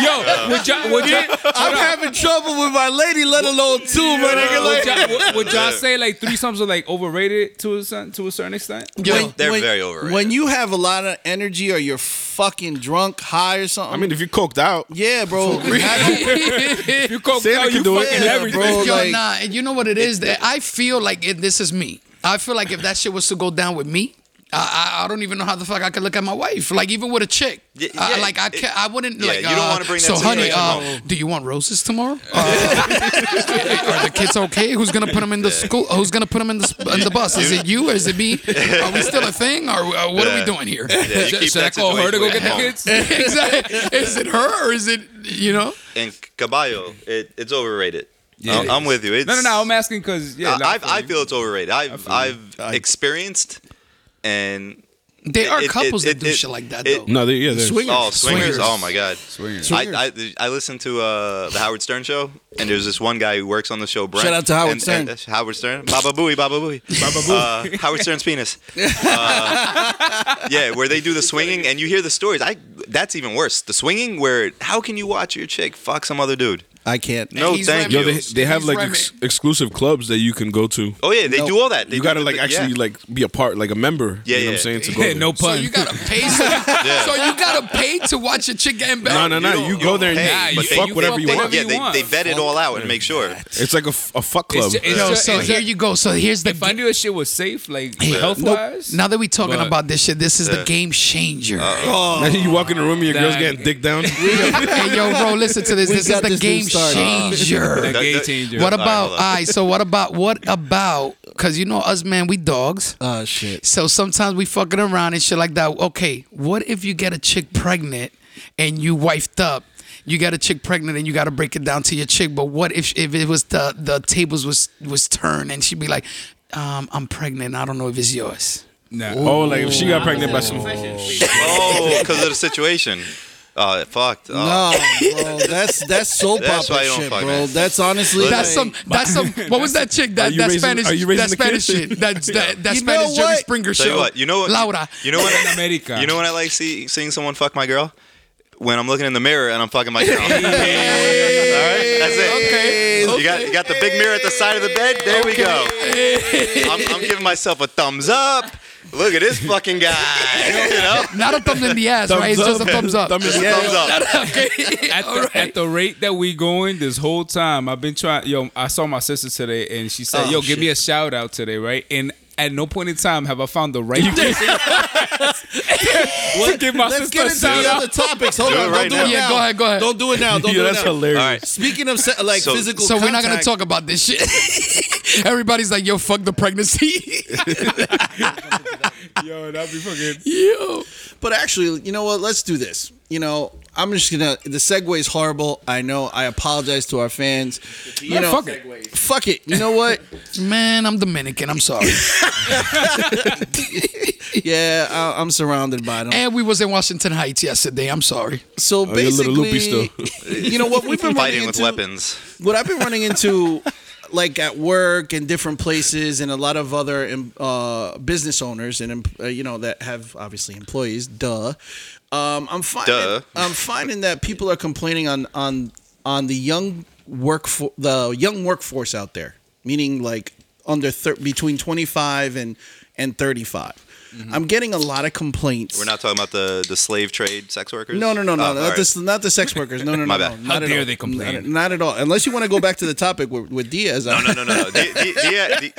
Yo, would y'all would y'all, I'm having trouble with my lady, let alone two, my nigga. would Like, y'all, would, would y'all say like threesomes are like overrated to a certain to a certain extent? yo, they're very overrated. When you have a lot of energy or you're fucking drunk, high or something. I mean, if you coked out, yeah, (laughs) bro. Have- You coke Santa out, can you do it. fucking Yeah, everything. bro. Yo, like- nah, and you know what it is that I feel like it, this is me. I feel like if that shit was to go down with me, I, I I don't even know how the fuck I could look at my wife. Like even with a chick, Yeah, I- yeah, like I it- can I wouldn't yeah, like. you don't uh, wanna bring that So honey, situation uh, home. do you want roses tomorrow? Uh, (laughs) are the kids okay? Who's gonna put them in the school? Who's gonna put them in the sp- in the bus? Is it you or is it me? Are we still a thing or uh, what are we Yeah. doing here? Yeah, you keep Should I that call her to situation go get the at home. kids? (laughs) exactly. Is it her or is it you know? and Caballo, it, it's overrated. Yeah, I'm, it I'm is. with you. It's, No, no, no. I'm asking because yeah, I, like, I've, I feel it's overrated. I've I've experienced and There are It- it- couples it- that do it- shit like that it- though. no, they, yeah, they're- oh swingers. Swingers. Oh my god. Swingers. I, I I listen to uh, the Howard Stern show and there's this one guy who works on the show. Brent, Shout out to Howard and- Stern. and- Howard Stern. Baba Booey. Baba Booey. Baba Booey. Uh, Howard Stern's penis. Uh, yeah, where they do the swinging and you hear the stories. I that's even worse. The swinging where how can you watch your chick fuck some other dude? I can't. No, he's thank right. yo, you. they, they have He's like right, ex- exclusive clubs that you can go to. oh yeah, they do all that. They You do gotta the- like the- actually yeah. like be a part, like a member. Yeah, you yeah. know what I'm saying (laughs) to go. yeah, there. no So pun. you gotta pay. Some, So you gotta pay to watch a chick get embarrassed. no, no, no. You, don't- go there and Hey, you, but you they- fuck you whatever fuck you whatever want. yeah, you they, want. they vet it all out and make sure. It's like a, f- a fuck club. ju- it's Yo, just- so it's here just- you go. So here's the. If I knew this shit was safe, like health wise, now that we talking But- about this shit, this is the game changer. Now you walk in the room (laughs) and your girl's Dang. getting dick (laughs) down. hey, yo, bro, listen to this. We This got is the this new game segment. retarded. changer. The That- gay that- changer. What about hold all on. right? So what about what about? Because you know us, man, we dogs. Oh shit. So sometimes we fucking around and shit like that. Okay, what if you get a chick pregnant and you wifed up? You got a chick pregnant and you got to break it down to your chick. But what if if it was the the tables was was turned and she'd be like, um, "I'm pregnant. I don't know if it's yours." Nah. Oh, like if she got pregnant by (laughs) some. Oh, because of the situation. Oh, it fucked. Oh. No, bro, that's that's soap That's why opera you don't shit, fuck, bro. man. That's honestly That's like- some. That's (laughs) some. What was that chick? That you that raising- Spanish. are you raising That the kids? Spanish shit. (laughs) That that, that You know Spanish Jerry what? Springer Tell you show. what, you know what? Laura. You know what? In America. You know when I like see, seeing someone fuck my girl? When I'm looking in the mirror and I'm fucking my girl. (laughs) All right, that's it. Hey, You got you got the big mirror at the side of the bed. There we go. I'm, I'm giving myself a thumbs up. Look at this fucking (laughs) guy. You know, Not a thumb in the ass, right? It's just a thumbs up. Thumbs Just a thumbs up. (laughs) (laughs) at, the, at the rate that we going this whole time, I've been trying. Yo, I saw my sister today, and she said, Oh, "Yo, give me a shit. shout out today, right?" And at no point in time have I found the right person (laughs) to give my Let's get into sister a the shout out. other topics. Hold Do on, it right don't do it now. Yeah, now. go ahead, go ahead. Don't do it now. Don't do Yeah, it that's now. hilarious. All right. Speaking of se- like So- physical, So we're not gonna contact- talk about this shit. (laughs) Everybody's like, "Yo, fuck the pregnancy." (laughs) Yo, that'd be (laughs) fucking. Yo. But actually, you know what? Let's do this. You know, I'm just gonna. The segue is horrible. I know. I apologize to our fans. You know, fuck it. Fuck it. You know what? Man, I'm Dominican. (laughs) I'm sorry. yeah, I, I'm surrounded by them. and we was in Washington Heights yesterday. I'm sorry. so you're a little basically, loopy you know what we've been running fighting with into, weapons. What I've been running into, like at work and different places, and a lot of other um, uh, business owners and um, uh, you know that have obviously employees. Duh. Um, I'm finding Duh. I'm finding that people are complaining on on on the young work the young workforce out there, meaning like under thir- between 25 and and 35. I'm getting a lot of complaints. Mm-hmm. We're not talking about the, the slave trade sex workers. No, no, no, no. Oh, all not, right. the, not the (laughs) sex workers. No, no, no. My no, bad. Not How at dare all. they complain. Not, not at all. Unless you want to go back to the topic with, with Diaz. No, no, no, no. D, D, D, D,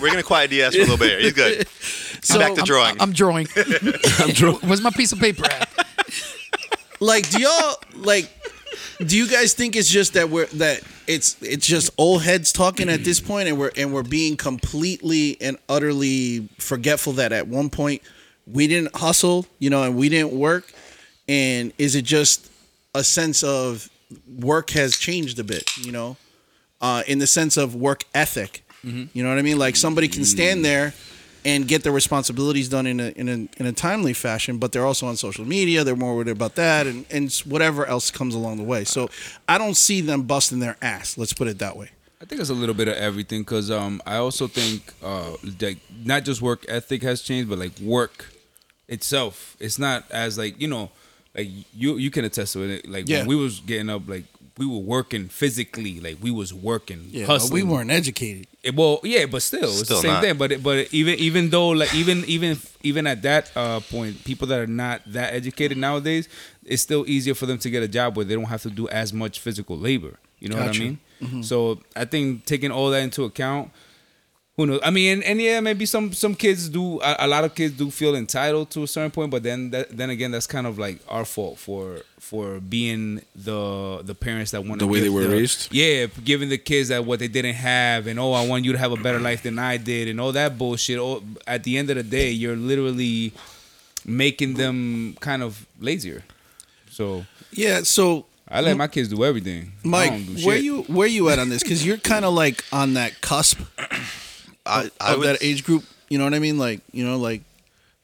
we're gonna quiet Diaz for a little bit. Here. He's good. Back to I'm- drawing. (laughs) I'm, drawing. I'm drawing. Where's my piece of paper at? (laughs) Like, do y'all like? Do you guys think it's just that we're that it's it's just old heads talking at this point, and we're and we're being completely and utterly forgetful that at one point we didn't hustle, you know, and we didn't work, and is it just a sense of work has changed a bit, you know? uh, in the sense of work ethic. You know what I mean? Like somebody can stand there and get their responsibilities done in a, in a in a timely fashion, but they're also on social media. They're more worried about that and and whatever else comes along the way. So I don't see them busting their ass. Let's put it that way. I think it's a little bit of everything because um, I also think uh, that not just work ethic has changed, but like work itself. It's not as like you know, like you you can attest to it. Like Yeah. when we was getting up, like we were working physically, like we was working, hustling. educated. It- well, yeah, but still, it's Still the same not. thing. But it- but even even though like even even even at that uh, point, people that are not that educated nowadays, it's still easier for them to get a job where they don't have to do as much physical labor. You know what I Gotcha. mean? So I think taking all that into account, who knows? I mean, and, and yeah, maybe some some kids do. A, a lot of kids do feel entitled to a certain point, but then that, then again, that's kind of like our fault for for being the the parents that want The way they were raised? Yeah, giving the kids that what they didn't have, and oh, I want you to have a better life than I did, and all that bullshit. All, at the end of the day, you're literally making them kind of lazier. So Yeah. So I let my kids do everything. I Mike, don't do where shit. you where you at on this? Because you're kind of like on that cusp I, I of would, that age group. You know what I mean? Like you know like.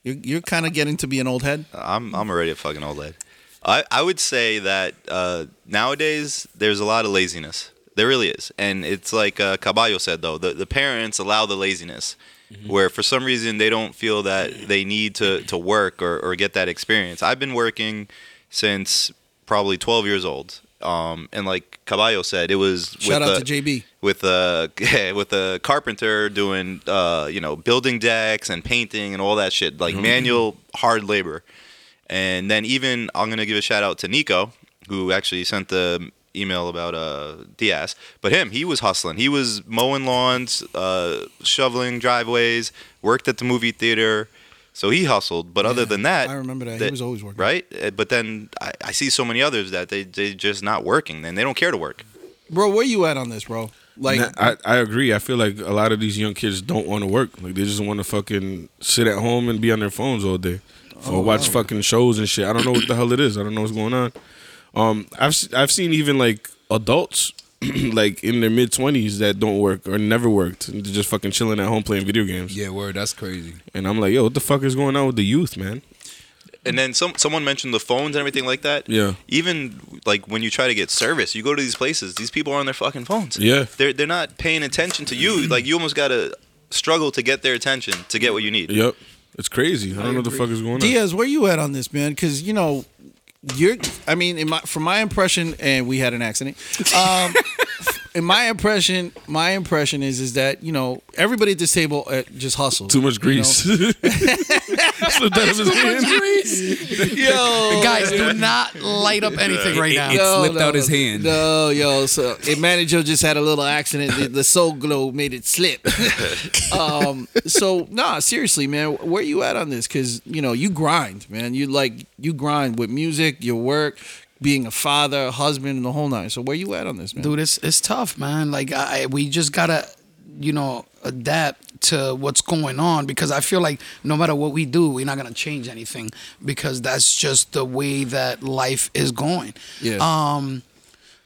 You're, you're kind of getting to be an old head. I'm I'm already a fucking old lad. I, I would say that uh, nowadays there's a lot of laziness. There really is, and it's like uh, Caballo said though, the, the parents allow the laziness, Mm-hmm. where for some reason they don't feel that they need to to work or, or get that experience. I've been working since probably 12 years old, um, and like Caballo said, it was Shout with out the- to JB. with a (laughs) with a carpenter doing uh, you know building decks and painting and all that shit Mm-hmm. like manual hard labor and then even i'm gonna give a shout out to nico who actually sent the email about uh, diaz but him he was hustling he was mowing lawns uh, shoveling driveways worked at the movie theater so he hustled but other than that I remember that. He was always working. right Uh, but then I, I see so many others that they, they just not working and they don't care to work bro, where you at on this, bro? Like, Nah, I, I agree. I feel like a lot of these young kids don't want to work. Like they just want to fucking sit at home and be on their phones all day or watch fucking shows and shit. I don't know what the hell it is. I don't know what's going on. Um, I've s- I've seen even like adults (clears throat) like in their mid twenties that don't work or never worked and they're just fucking chilling at home playing video games. Yeah, word. That's crazy. And I'm like, yo, what the fuck is going on with the youth, man? And then some someone mentioned the phones and everything like that. Yeah. Even like when you try to get service, you go to these places. These people are on their fucking phones. Yeah. They're they're not paying attention to you. Like you almost gotta struggle to get their attention to get what you need. Yep, it's crazy. I don't know what the fuck is going on. Diaz, where you at on this, man? Because you know, you're. I mean, in my from my impression, and we had an accident. (laughs) Um, in my impression, my impression is is that you know everybody at this table uh, just hustles. Too much grease. (laughs) Slipped out of his hand. yo, Guys, do not light up anything right now. It slipped out his hand. No, yo, so it manager just had a little accident. The, the soul glow made it slip. (laughs) um, so nah, seriously, man, where you at on this? Because you know you grind, man. You like you grind with music, your work, being a father, a husband, and the whole nine. So where you at on this, man? dude it's, it's tough man like I, we just gotta you know adapt to what's going on because i feel like no matter what we do we're not gonna change anything because that's just the way that life is going Yeah. um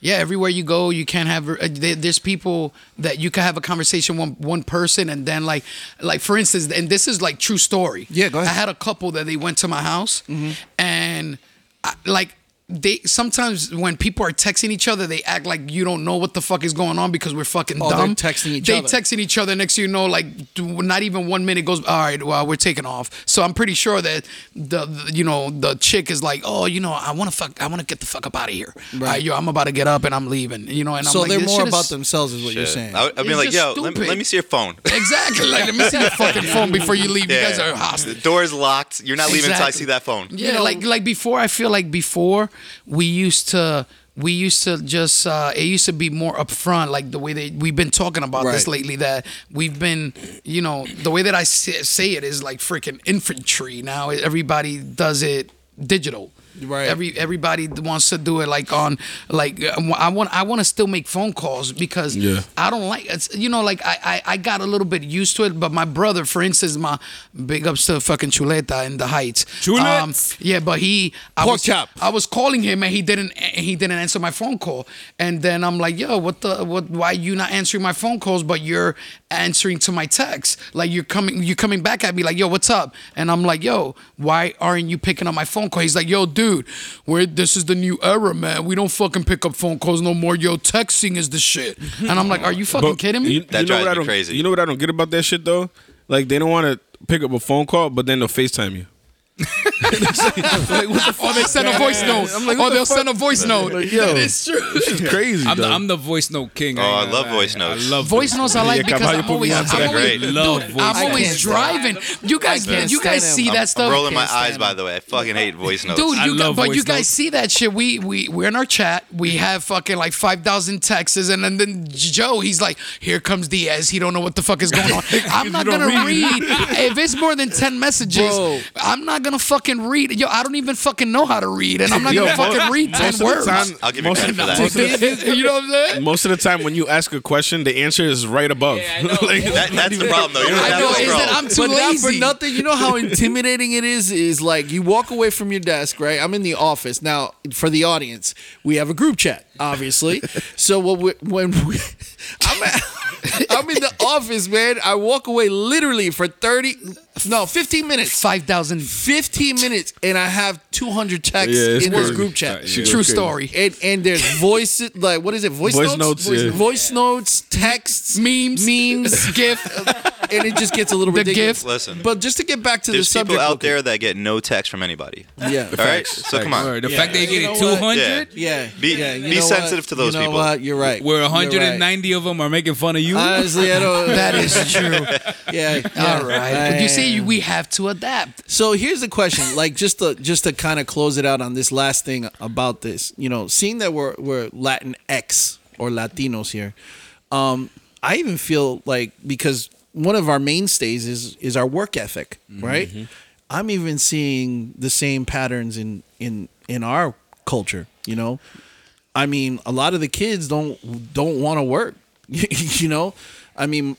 yeah everywhere you go you can't have uh, there- there's people that you can have a conversation one one person and then like like for instance and this is like true story Yeah, go ahead. Mm-hmm. i had a couple that they went to my house and I, like they sometimes when people are texting each other they act like you don't know what the fuck is going on because we're fucking Oh, they're dumb texting each they other. texting each other next thing you know like d- not even one minute goes all right well we're taking off so i'm pretty sure that the, the- you know the chick is like oh you know i want to fuck i want to get the fuck up out of here right yo i'm about to get up and i'm leaving you know and i'm so like, they're this more shit about is- themselves, is what you're Shit. saying. I, I'd be It's like, just yo, let, me- stupid. let me see your phone. (laughs) (laughs) exactly like let me see your fucking phone before you leave you guys are hostile The door's locked. You're not leaving until I Exactly. see that phone. Yeah, like like before, I feel like before we used to we used to just uh it used to be more upfront, like the way that we've been talking about this Right. lately. That we've been, you know, the way that I say, say it is like freaking infantry. Now everybody does it digital. Right. Every everybody wants to do it like on like uh, I want I want to still make phone calls because Yeah. I don't like it's you know like I, I I got a little bit used to it but my brother for instance my big ups to fucking Chuleta in the Heights Um, Chulettes. yeah but he I Pork was, chop. I was calling him and he didn't and he didn't answer my phone call and then I'm like yo what the what why you not answering my phone calls but you're answering to my texts like you're coming you're coming back at me like yo what's up and I'm like yo why aren't you picking up my phone call he's like yo dude where this is the new era man we don't fucking pick up phone calls no more yo texting is the shit and I'm like are you fucking But kidding me You, That you know drives what I me don't, crazy. You know what I don't get about that shit though? Like they don't want to pick up a phone call, but then they'll FaceTime you. like, what the or Oh, they send a voice note or they'll send a voice note that is true It's crazy. I'm the, dog. I'm the voice note king. Oh, I ain't love gonna voice lie. notes. I love Voice notes I like Yeah, because Caballo I'm put always, me I'm onto that always, great. dude, Love voice I'm notes. always driving. You guys, can't you guys stand see him. that stuff, I'm rolling my Can't eyes, stand by him. the way. I fucking hate voice notes. Dude, I you guys, love but you voice guys notes. Mm-hmm. see that shit. We we we're in our chat. We have fucking like five thousand texts, and then, then Joe, he's like, "Here comes Diaz. He don't know what the fuck is going (laughs) on. I'm not gonna read. if it's more than ten messages. Bro. I'm not gonna fucking read. Yo, I don't even fucking know how to read, and I'm not Yo, gonna mo- fucking read ten most of the words. time- I'll give you most of credit for the- that. most of (laughs) the- you know what I'm (laughs) saying? Most of the time, when you ask a question, the answer is right above. (laughs) Like, That- that's the problem, though. You don't I have know. no Is that problem. I'm too but not for lazy? nothing. You know (laughs) how intimidating it is. Is like you walk away from your desk, right? I'm in the office now. For the audience, we have a group chat, (laughs) obviously. so what we, when we, I'm, at, I'm in the office, man. I walk away literally for thirty, no, fifteen minutes. Five thousand 15 minutes and I have 200 texts Yeah, it's in this crazy. group chat. Yeah. True Okay. story. And and there's voice like what is it? Voice, Voice notes, notes, yeah. voice notes, texts, Memes. (laughs) memes, GIF. and it just gets a little The ridiculous. gif. Listen. but just to get back to the There's subject, people out okay. there that get no text from anybody. yeah, All right? So come on. Word. The fact that you You get know two what? hundred, yeah, Be- yeah, you be know sensitive what? to those you know people. What? You're right. where You're right. 190 of them are making fun of you. Honestly, I don't. That is true. yeah. yeah. All right. But you see, we have to adapt. So here's the question, like just to just to kind of close it out on this last thing about this, you know, seeing that we're we're Latin X or Latinos here, um, I even feel like because one of our mainstays is is our work ethic, right? I'm even seeing the same patterns in in in our culture, you know. I mean, a lot of the kids don't don't want to work. (laughs) you know, I mean,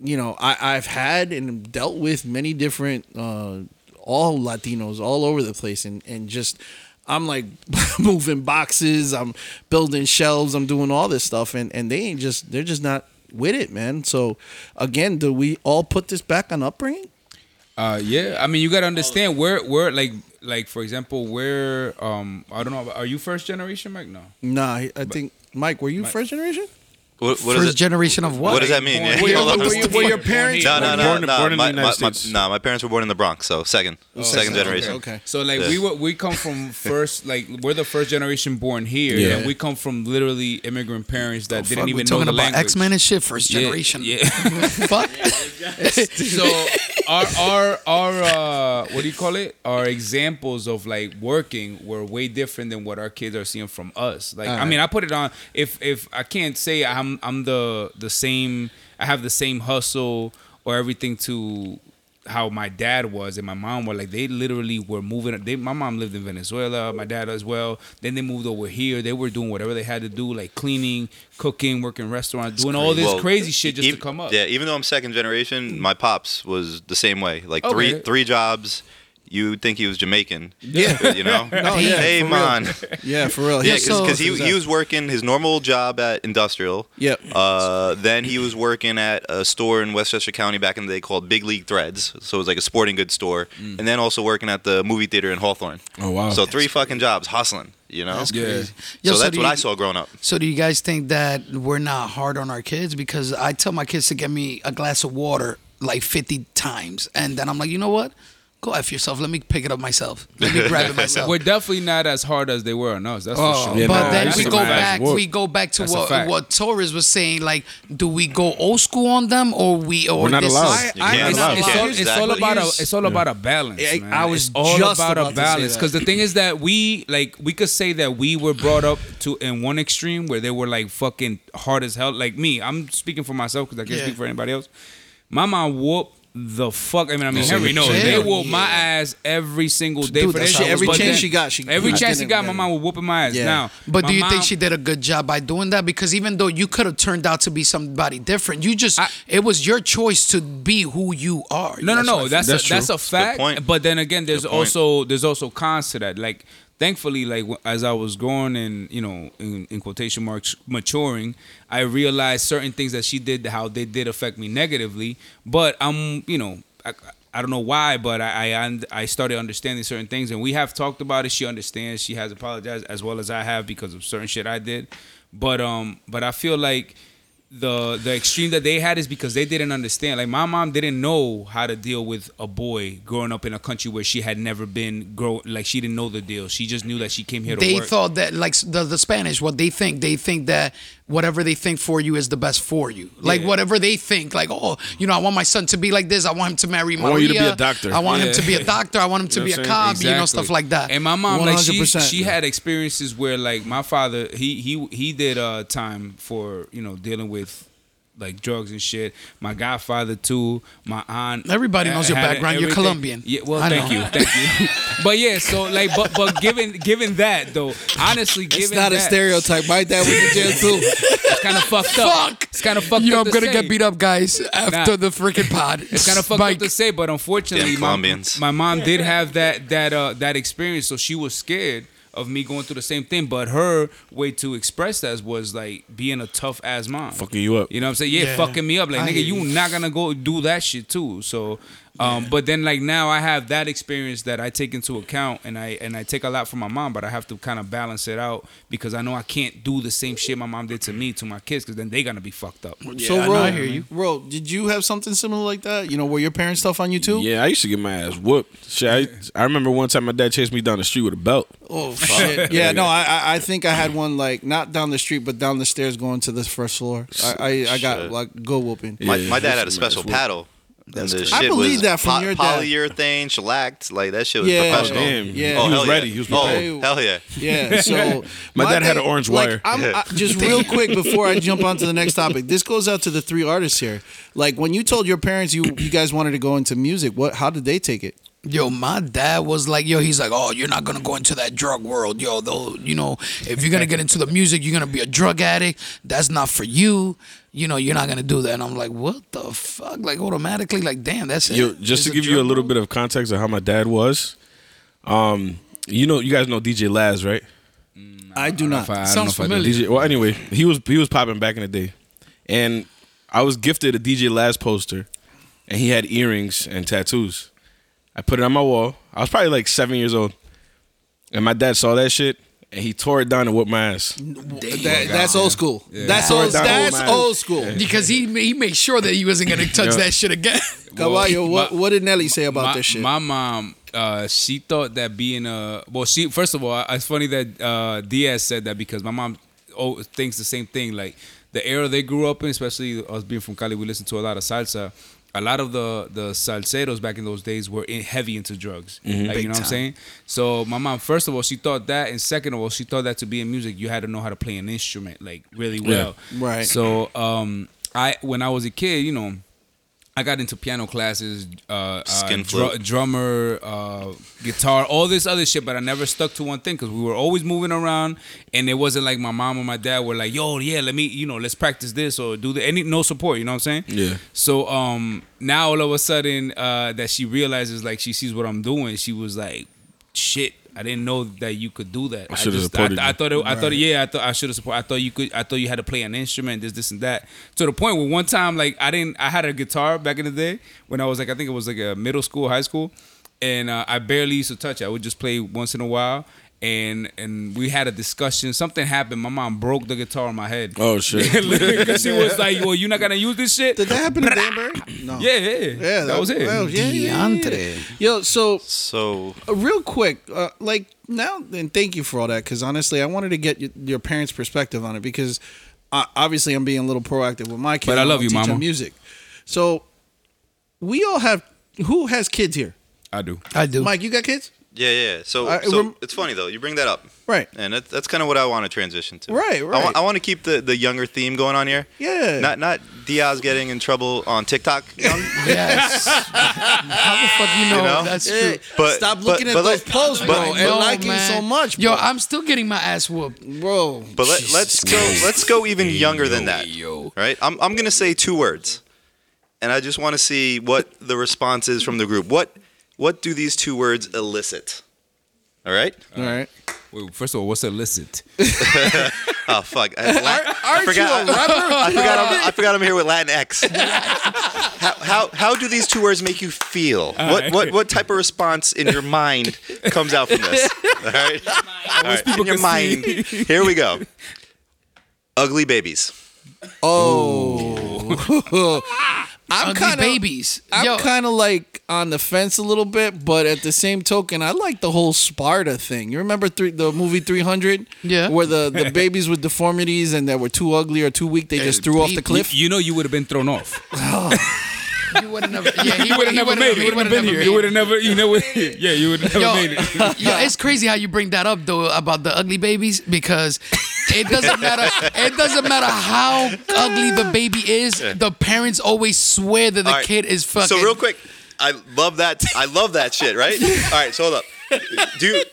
you know, I I've had and dealt with many different uh, all Latinos all over the place, and and just I'm like (laughs) moving boxes, I'm building shelves, I'm doing all this stuff, and and they ain't just they're just not with it, man. So again, do we all put this back on upbringing? Uh, yeah. I mean, you gotta understand where where like like for example, where um I don't know, are you first generation, Mike? No. Nah, I think Mike, were you first generation? What, what is First it? generation of what? What does that mean? Born- Yeah. Were (laughs) your- Hold on. were your- were your parents- No, no, no, Born- no. born in the my, United my- my- States. nah, my parents were born in the Bronx, so second, second generation. Okay. So like Yeah. we were, we come from first like we're the first generation born here, Yeah. and we come from literally immigrant parents that Fuck, didn't we even know talking the about language. X Men and shit. First generation. Yeah. yeah. (laughs) Fuck. so our our our uh, what do you call it? Our examples of like working were way different than what our kids are seeing from us. Like I mean, I put it on. If if I can't say I'm I'm the the same, I have the same hustle or everything to how my dad was and my mom were like they literally were moving they my mom lived in Venezuela my dad as well then they moved over here they were doing whatever they had to do like cleaning cooking working restaurants doing all this Well, crazy shit just ev- to come up Yeah, even though I'm second generation, my pops was the same way. Like Okay. three three jobs. You would think he was Jamaican. Yeah. but, You know? yeah, hey, for real. man. Yeah, for real. Yeah, He's- so- because he, he was working his normal job at Industrial. Yep. Uh, then he was working at a store in Westchester County back in the day called Big League Threads. So it was like a sporting goods store. And then also working at the movie theater in Hawthorne. Mm. Oh, wow. So three fucking jobs hustling, you know? That's Yeah. crazy. So Yo, that's do what you- I saw growing up. So do you guys think that we're not hard on our kids? Because I tell my kids to get me a glass of water like 50 times. And then I'm like, you know what? Go F yourself. Let me pick it up myself. Let me grab it myself. We're definitely not as hard as they were on us. That's Oh, for sure. Yeah, but no, then that's we a go fact. back. Whoa. We go back to That's a what fact. what Torres was saying. Like, do we go old school on them, or we or We're not this allowed. is- You can't it's, allow it's it. all, Exactly. it's all about a it's all about a balance. I- man. I was it's all just about, about a to say balance that. because the thing is that we like we could say that we were brought up to in one extreme where they were like fucking hard as hell. Like me, I'm speaking for myself because I can't Yeah. speak for anybody else. My mom whooped the fuck. I mean, I mean, Yeah. Henry knows Yeah. they whooped my Yeah. ass every single day Dude, for that that's how shit. I was But Every chance then- she got, she- every I chance she didn't got, my get it. mom was whooping my ass. Yeah. Now, But my do you mom- think she did a good job by doing that? Because even though you could have turned out to be somebody different, you just I- it was your choice to be who you are. No, no, That's no. what I That's feel. That's a, true. that's a fact. point. But then again, there's Good point. also there's also cons to that. Like, thankfully, like w- as I was growing and you know, in, in quotation marks, maturing, I realized certain things that she did, how they did affect me negatively. But I'm, you know, I, I don't know why, but I, I und- I started understanding certain things, and we have talked about it. She understands. She has apologized as well as I have because of certain shit I did. But um, but I feel like the the extreme that they had is because they didn't understand. Like my mom didn't know how to deal with a boy growing up in a country where she had never been grow like she didn't know the deal. She just knew that she came here to they work. thought that like the, the Spanish, what they think, they think that whatever they think for you is the best for you. Like Yeah. whatever they think, like oh, you know, I want my son to be like this. I want him to marry Maria. want you to be a doctor. I want Yeah. him to be a doctor. I want him to know be what a I'm saying? cop. You know, stuff like that. And my mom, like she, 100%, she yeah. had experiences where like my father, he he he did uh time for you know dealing with like drugs and shit. My godfather too. My aunt. Everybody knows your had background. You're everything. Colombian. Yeah. Well, I thank know. you, (laughs) thank you. but yeah, so like, but but given given that though, honestly, given It's not a that- stereotype. My dad was (laughs) in jail too. It's (laughs) kind of fucked up. Fuck. It's kind of fucked Yo, up. I'm gonna to say. get beat up, guys, after Nah. the freaking pod. It's kind of fucked Mike. up to say, but unfortunately, Damn my, Colombians. my mom did have that that uh, that experience, so she was scared of me going through the same thing. But her way to express that was like being a tough ass mom, Fucking you up. You know what I'm saying? Yeah, Yeah. fucking me up. Like I nigga, hear you you. not gonna go do that shit too. So, um, but then like now I have that experience that I take into account, and I and I take a lot from my mom, but I have to kind of balance it out because I know I can't do the same shit my mom did to me to my kids, because then they gonna be fucked up. so, I Ro, know, I hear you. Ro, did you have something similar like that? You know, were your parents tough on you too? Yeah, I used to get my ass whooped. Shit, I, I remember one time my dad chased me down the street with a belt. Oh shit! Yeah, no, I- I I think I had one like not down the street, but down the stairs going to the first floor. I I, I got Shit. like go whooping. My, Yeah, my dad that's had a a special mess. paddle. And the I shit believe was that from po- your dad. polyurethane, shellacked, like that shit was Yeah. professional. Damn. Yeah. oh, He was hell yeah. ready. He was oh, prepared. hell yeah. Yeah. So My dad had an orange like, wire. I'm, I, just real quick before I jump on to the next topic, this goes out to the three artists here. Like when you told your parents you you guys wanted to go into music, what? How did they take it? Yo, my dad was like, yo, he's like, oh, you're not gonna go into that drug world, yo. Though, you know, if you're gonna get into the music, you're gonna be a drug addict. That's not for you. You know, you're not gonna do that. And I'm like, what the fuck? Like automatically, like, damn, that's it. Yo, just It's to give you a drug little world. bit of context of how my dad was, um, you know, you guys know DJ Laz, right? I do not. If I- I don't Sounds know if I do. familiar. DJ. Well, anyway, he was he was popping back in the day, and I was gifted a DJ Laz poster, and he had earrings and tattoos. I put it on my wall. I was probably like seven years old, and my dad saw that shit, and he tore it down and whooped my ass. That, that's old school. That's Throw it old. down, That's man. old school. Because he ma- he made sure that he wasn't gonna touch Yeah. that shit again. Kawaii, what, my- what did Nelly say about my, this shit? My mom, uh, she thought that being a well, she first of all, I- it's funny that uh, Diaz said that because my mom oh, thinks the same thing. Like the era they grew up in, especially us being from Cali, we listened to a lot of salsa. A lot of the the salseros back in those days were in, heavy into drugs. Mm-hmm. Like, you know what I'm saying? So my mom, first of all, she thought that, and second of all, she thought that to be in music, you had to know how to play an instrument like really well. Right. So um, I when I was a kid, you know. I got into piano classes, uh, Skin uh, dru- flute. drummer, uh, guitar, all this other shit, but I never stuck to one thing because we were always moving around, and it wasn't like my mom or my dad were like, "Yo, yeah, let me, you know, let's practice this or do the any no support." You know what I'm saying? Yeah. So um, now all of a sudden uh, that she realizes, like, she sees what I'm doing, she was like, "Shit." I didn't know that you could do that. I, should've just, I, supported I you. thought it, I thought yeah, I thought I should have supported. I thought you could. I thought you had to play an instrument, this, this, and that. To the point where one time, like I didn't, I had a guitar back in the day when I was like, I think it was like a middle school, high school, and uh, I barely used to touch it. I would just play once in a while, and and we had a discussion. Something happened. My mom broke the guitar on my head. (laughs) Oh shit! Because she was like, "Well, you're not gonna use this shit." did that happen to Danbury? No. Yeah, yeah, Yeah, that, was it. well, yeah, yeah, yeah. Diantre. Yo, so So uh, real quick, uh, like now, and thank you for all that because honestly, I wanted to get your, your parents' perspective on it because uh, obviously I'm being a little proactive with my kids. But I love wanna you, teach mama. them Music. So we all have. Who has kids here? I do. I do. Mike, you got kids? yeah, yeah. So, I- so rem- it's funny though. You bring that up, Right. and that, that's kind of what I want to transition to. Right, I wa- right. I want to keep the, the younger theme going on here. Yeah. Not not Diaz getting in trouble on TikTok. young, yes. (laughs) How the fuck you know, know? that's Yeah. true? But- Stop but- looking at but those like- posts, bro, but- and Yo, liking man. so much, Yo, bro. I'm still getting my ass whooped. bro. but let, let's go. Let's go even younger than that. Right. I'm I'm gonna say two words, and I just want to see what the response is from the group. What what do these two words elicit? All right. All right. Wait, first of all, what's illicit? Oh fuck! I, Latin, I forgot. (laughs) I forgot. I'm, I forgot. I'm here with Latin X. (laughs) how, how how do these two words make you feel? What what what type of response in your mind comes out (laughs) from this? All right. All right. In your can mind. Here we go. Ugly babies. I'm Ugly kind of babies. I'm Yo, kind of like on the fence a little bit, but at the same token, I like the whole Sparta thing. You remember three, the movie 300? Yeah. Where the, the babies with deformities and that were too ugly or too weak, they just threw off the people- cliff. You know, you would have been thrown off. you wouldn't have. Yeah, he You would have he never made it. You he would have never been here. made You it. would have never. You know. (laughs) Yeah, you would have never made (laughs) (laughs) it. (laughs) yo, it's crazy how you bring that up though about the ugly babies because it doesn't matter. It doesn't matter how ugly the baby is. The parents always swear that the All right. kid is fucking. So real quick, I love that. I love that shit. Right. All right. So hold up. Do you,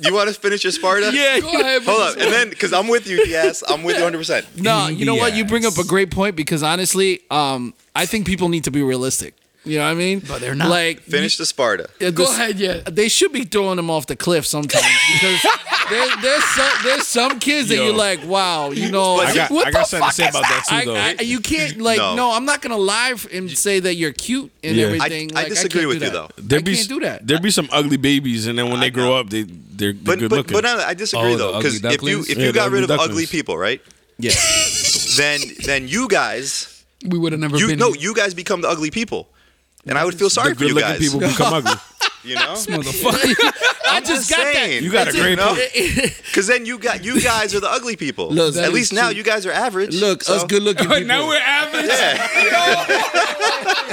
you want to finish your Sparta? Go ahead, Hold Mrs. up, and then because I'm with you, Diaz. I'm with you 100. percent No, you know what? You bring up a Yes. great point because honestly, um, I think people need to be realistic. You know what I mean? But they're not. Like, Finish the Sparta. you- Go this- ahead, yeah. They should be throwing them off the cliff sometimes because there, there's some, there's some kids that Yo. you're like, wow, you know, (laughs) I got I got something to say about that, I, too, though. I, you (laughs) can't like no. No. I'm not gonna lie f- and say that you're cute and Yeah. I- everything. I Like, disagree can't with do you, that. though. There I be can't s- do that. There be some ugly babies, and then when they grow up, they they're, they're But good but, looking. but no, I disagree Oh, the though because ugly if you ducklings? if Yeah, you the got ugly rid of ducklings. ugly people, right? Yeah. Then then you guys We would have never you been. no here. you guys become the ugly people, and I would feel sorry the for you good looking guys. people become ugly. You know, Motherfucker. I just got (laughs) that. You got a great point. Because then you got you guys are the ugly people. Look, that At is least now true. you guys are average. Look, so- us good looking people. Oh, now we're average. Yeah. (laughs)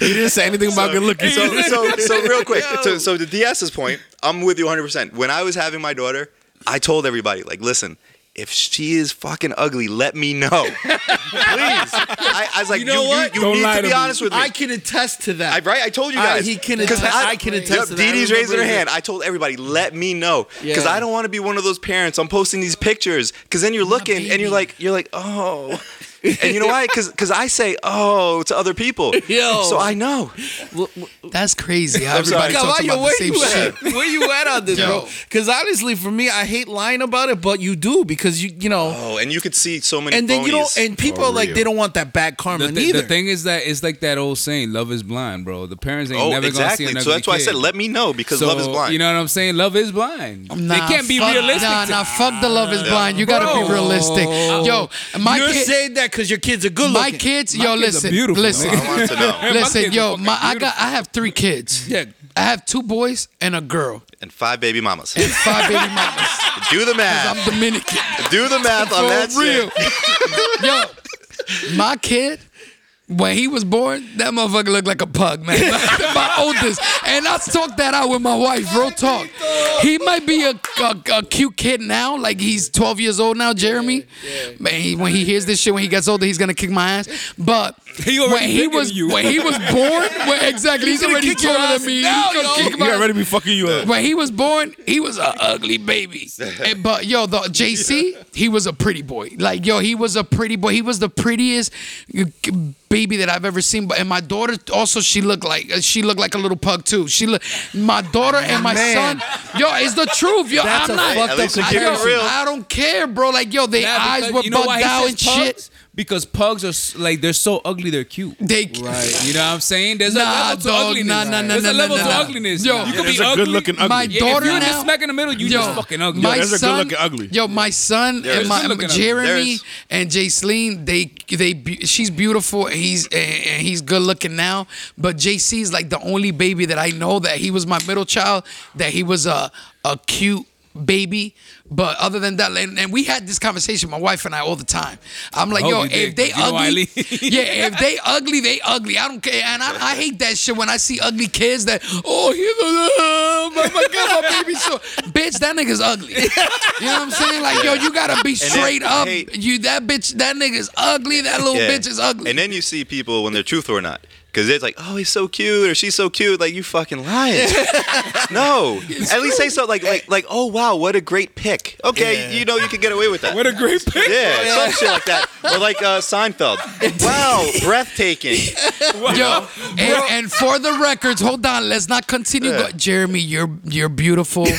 He didn't say anything about good (laughs) looking. So, so, so real quick, so, so to DS's point, I'm with you 100%. When I was having my daughter, I told everybody, like, listen, if she is fucking ugly, let me know. Please. I, I was like, you, know you, what? you Don't need lie to to be me. honest with me. I can attest to that. I, right? I told you I- guys. he can 'Cause attest- I can attest to that. I Dee Dee's raising her remember hand. that. I told everybody, let me know, because Yeah. I don't want to be one of those parents. I'm posting these pictures, because then you're looking and baby. you're like, you're like, oh, and you know why? Because I say oh to other people, (laughs) Yo. so I know. That's crazy. How I'm sorry. everybody talks Caballo, about the where same you shit. at? Where you at on this, Yo. bro? Because honestly, for me, I hate lying about it, but you do because you you know, Oh, and you could see so many. and then you phonies. don't, and people are like they don't want that bad karma The, thi- neither. the thing is that it's like that old saying, "Love is blind," bro. The parents ain't Oh, never exactly. gonna see an So ugly that's why I said, kid. let me know because So, love is blind. You know what I'm saying? Love is blind. they can't be fuck, realistic. Nah, to- nah, fuck the love is blind. You gotta be Bro. realistic. Yo, my You're kid, saying that because your kids are good my looking. kids, My yo, kids are listen, beautiful, (laughs) listen, nigga. I want to know. My listen, kids yo, are my I fucking got, I have three kids. Yeah. I have two boys and a girl And five baby mamas. and five baby mamas. Do the math. I'm (laughs) Dominican. Do (laughs) the math on For that real. (laughs) shit. Yo, my kid, when he was born, that motherfucker looked like a pug, man. (laughs) my oldest. And I talked that out with my wife, real talk. He might be a, a, a cute kid now, like he's 12 years old now, Jeremy. Man, he, when he hears this shit, when he gets older, he's gonna kick my ass. But He already when he bigger was than you. when he was born, when, exactly, he's, gonna already kick your taller ass than me. now, he's gonna yo. kick He my already be fucking you up. when he was born, he was an ugly baby. And- but yo, the JC, he was a pretty boy. Like yo, he was a pretty boy. He was the prettiest baby that I've ever seen. But and my daughter also, she looked like she looked like a little pug too. She look my daughter and my Man. son. Yo, it's the truth. Yo, That's I'm a not. fucked At least up we keep it yo, comparison. real. I don't care, bro. Like yo, their Nah, eyes because were you know bugged why he out says and pugs? shit. Because pugs are s- like they're so ugly, they're cute. They You know what I'm saying? There's Nah, a level to dog, ugliness. nah, nah, nah, There's nah, a level nah, to nah. ugliness. Yo. you Yeah, could there's be a ugly. good-looking ugly. My Yeah, daughter if you're now. just smack in the middle, you Yo, just fucking ugly. My there's a son, good-looking ugly. Yo, my son There and is. my Good-looking ugly. There Jeremy is. and Jacleen, they they be- she's beautiful and he's and, and he's good looking now. But JC is like the only baby that I know that he was my middle child that he was a a cute baby. But other than that, and, and we had this conversation, my wife and I, all the time. I'm like, I hope yo, you did, if they 'cause you know I ugly, (laughs) leave. (laughs) yeah, if they ugly, they ugly. I don't care, and I, I hate that shit when I see ugly kids that oh, he's a, oh my god, my baby's so bitch. That nigga's ugly. You know what I'm saying? Like yo, you gotta be then- straight up. hey. you that bitch, that nigga's ugly. That little Yeah. bitch is ugly. And then you see people when they're truthful or not. Because it's like, oh, he's so cute, or she's so cute. Like, you fucking (laughs) lying. (laughs) no. At least say something like, like, like, oh, wow, what a great pick. Okay, you know, you can get away with that. What a great pick. yeah, some shit like that. Or like uh, Seinfeld. (laughs) Wow, breathtaking. Yo, and, and for the records, hold on. Let's not continue. Yeah. Go- Jeremy, you're you're beautiful. Yo,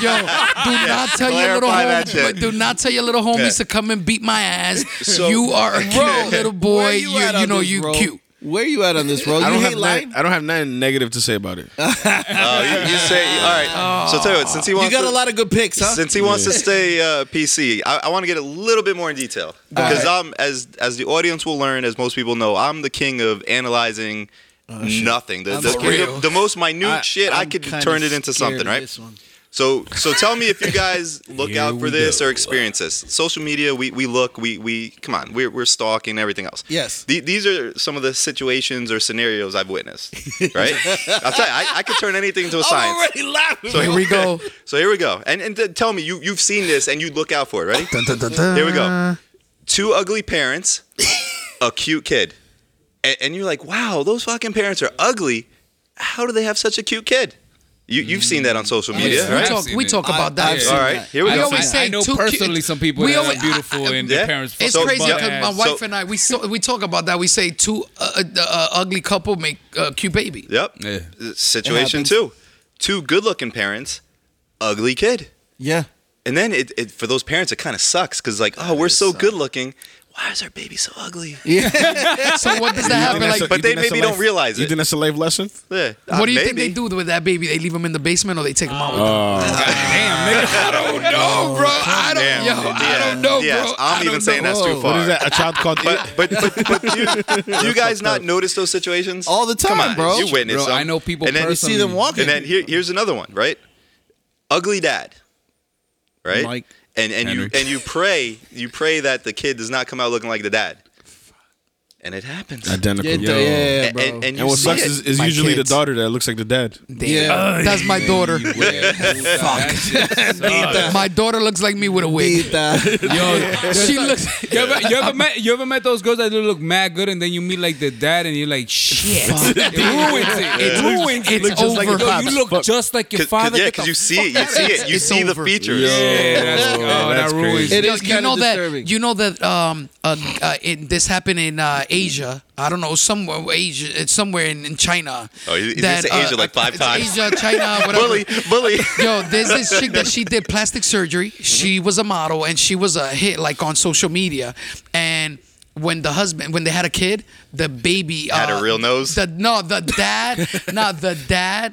do not tell your little clarify that homie, shit. do not tell your little homies to Yeah. come and beat my ass. So- you are a cute Bro, Where little boy. You at you, on know this, you bro? cute. Where you at on this, bro? I you don't hate have lying. nothing, I don't have nothing negative to say about it. Oh, you, you say, all right. So tell you what, since he You wants got to, a lot of good picks, huh? Since he wants to stay uh, PC, I, I want to get a little bit more in detail because I'm as as the audience will learn, as most people know, I'm the king of analyzing nothing. The, the, Oh, For the, real. the most minute shit, I I'm could kinda turn it into scared something, of right? this one. So so tell me if you (laughs) guys look Here out for we this go. or experience this. Social media, we, we look, we we come on, we're we're stalking and everything else. Yes. The- these are some of the situations or scenarios (laughs) I've witnessed. Right? I'll tell you, I, I could turn anything into a I'm science. already laughing. So Here we go. So (laughs) here we go. And and t- tell me you you've seen this and you look out for it, ready? Here we go. Two ugly parents, a cute kid. And, and you're like, wow, those fucking parents are ugly. How do they have such a cute kid? You, you've seen that on Mm. social media, yeah. We right? I've talk, seen we it. talk about that. I've All right, here we I go. always I- say I know two personally kids- some people we that always- are beautiful (laughs) I- I- and Yeah. their parents. It's So- fucking crazy butt because my ass. wife So- and I we so, we talk about that. We say two uh, uh, ugly couple make uh, cute baby. Yep. Uh, Yeah. Situation It happens. two. Two good looking parents, ugly kid. Yeah. And then it, it for those parents, it kind of sucks because, like, oh, we're so good looking. Why is our baby so ugly? So what does that happen? that's Like, a- But you they think that's a maybe don't life- realize You it. think that's a life lesson? Yeah. Uh, what do you think maybe. they do with that baby? They leave him in the basement or they take him out? With them? Uh, Damn, nigga. No, bro. I don't. Damn. Yo, Yeah. I don't know, Yeah, bro. I'm I even don't saying know. that's too far. what is that? A child called But but but, (laughs) but you, you guys not notice those situations All the Come time, on, bro. You witness. Bro, them. I know people And then, personally. You see them walking. and then here, here's another one, right? Ugly dad, right? Mike. and and you Henry. and you pray you pray that the kid does not come out looking like the dad. and it happens. Identical. Yeah, yeah, And- bro. and, and you And what see sucks it. is, is My usually kids. the daughter that looks like the dad. Yeah. Damn. That's my (laughs) daughter. (laughs) Fuck. My daughter looks like me with a wig. (laughs) Tita. Yo, She looks. you ever, you ever met you ever met those girls that look mad good and then you meet like the dad and you're like shit Fuck. it ruins it it ruins it It's over. yo, you look just like your Cause, 'cause- father yeah, Get because the you see it, you see it, you It's see the over. features. Yeah, that's- oh, that ruins It Yo, is you kinda know disturbing. that you know that um uh, uh it, this happened in uh, Asia. I don't know somewhere Asia. It's somewhere in, in China. Oh, you- you just That, said Asia like five it's times. Asia, China, (laughs) whatever. Bully, bully. Yo, there's this chick that she did plastic surgery. Mm-hmm. She was a model and she was a hit like on social media. And when the husband, when they had a kid, the baby Had uh, a real nose? The no, the dad, no, the dad.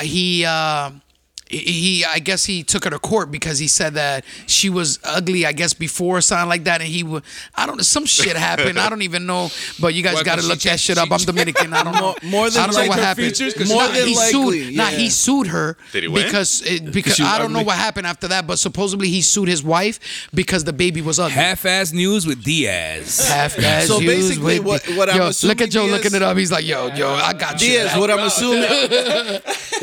He. Uh, he- he, I guess he took her to court because he said that she was ugly. I guess before or something like that, and he would, I don't know, some shit happened. I don't even know, but you guys Why, 'cause got to she look checked- that shit up. she- I'm Dominican. I don't know. more than I don't know likely- what happened. features, 'cause More Nah, than he likely, sued. Nah, yeah. he sued her. Did he win? Because it, because she was I don't know ugly. what happened after that, but supposedly he sued his wife because the baby was ugly. half-ass news with (laughs) Diaz Half as So used basically with- what- what I'm yo, look assuming at Joe is- looking it up. He's like, yo, yo, I got you. Diaz, what I'm (laughs) assuming,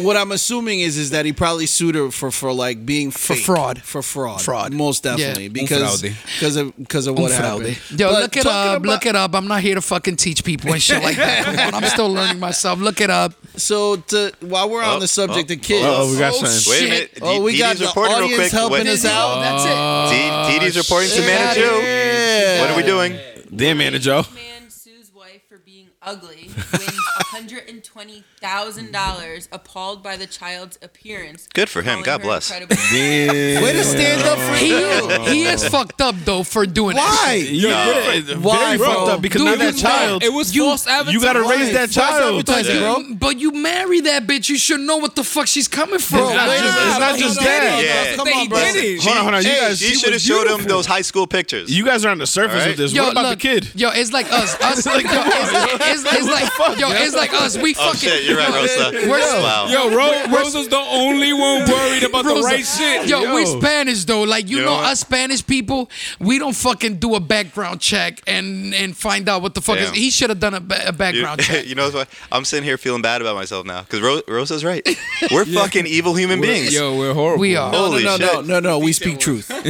what I'm assuming is, is that he probably sued her for for like being for fraud. for fraud, Fraud. most Yeah. definitely Un because fraude. because of because of what happened. Yo, But look it talking up. about- look it up. I'm not here to fucking teach people and shit like that. Come on, I'm still learning myself. Look it up. So to, while we're on Oh, the subject oh, of kids, oh, we got something. Wait a shit. minute. D- Oh, we Dee got Dee's the reporting real audience quick. helping What- us out. That's it. Dee- Dee Dee's reporting to shit. Manager. Yeah. What are we doing? Damn, Joe. Man sues wife for being ugly, wins $120,000, appalled by the child's appearance. Good for him. calling God her bless. incredible. Way to stand up for you. He is fucked up though for doing Why? You did it. Why, bro? fucked up because Dude, now that you- child. it was false advertising You gotta raise that False child. advertising, that. bro. You- But you marry that bitch. You should know what the fuck she's coming from. Bro, not wait just- up. it's not just Hold on, that. hold on, Yeah. Come They on, bro. did it. Hold on, hold on. You Hey, guys, she she should have was showed him beautiful. those high school pictures. You guys are on the surface Alright. with this. what about the kid? Yo, it's like us. Us like yo, it's, it's, it's like yo, it's like us. We oh fucking shit, you're right, (laughs) Rosa. We're- wow. yo Ro- Rosa's the only one worried about the Rosa, right shit Yo, Yo. we're Spanish though. Like you You know know, what? us Spanish people, we don't fucking do a background check and and find out what the fuck Damn. is. He should have done a, ba- a You, (laughs) background check. you know what? I'm sitting here feeling bad about myself now because Ro- Rosa's right. We're fucking evil human beings. yo we're horrible We are. No, Holy no, no, no, shit. no, no. We speak truth. (laughs)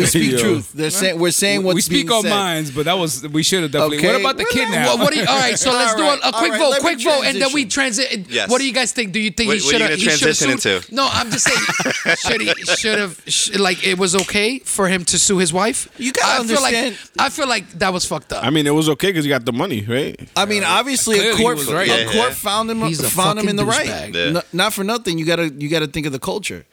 We speak Yo. truth. They're saying we're saying what's we speak being our said. minds but that was we should have definitely Okay. what about the Well, kid then now What, what do you, all right, so let's All do right, a, a all quick right, vote, let me quick vote, and then we transit. Yes. What do you guys think? Do you think What- he what are should you have? gonna He should transition have into? sued. No, I'm just (laughs) saying. should he? Should have? Sh- like it was okay for him to sue his wife. You gotta I feel understand- Like, I feel like that was fucked up. I mean, it was okay because you got the money, right? I mean, obviously, a Clearly he court, was right. a Yeah, court yeah. found him, He's a found him in the fucking right. douchebag. Yeah. No- not for nothing. You gotta, you gotta think of the culture,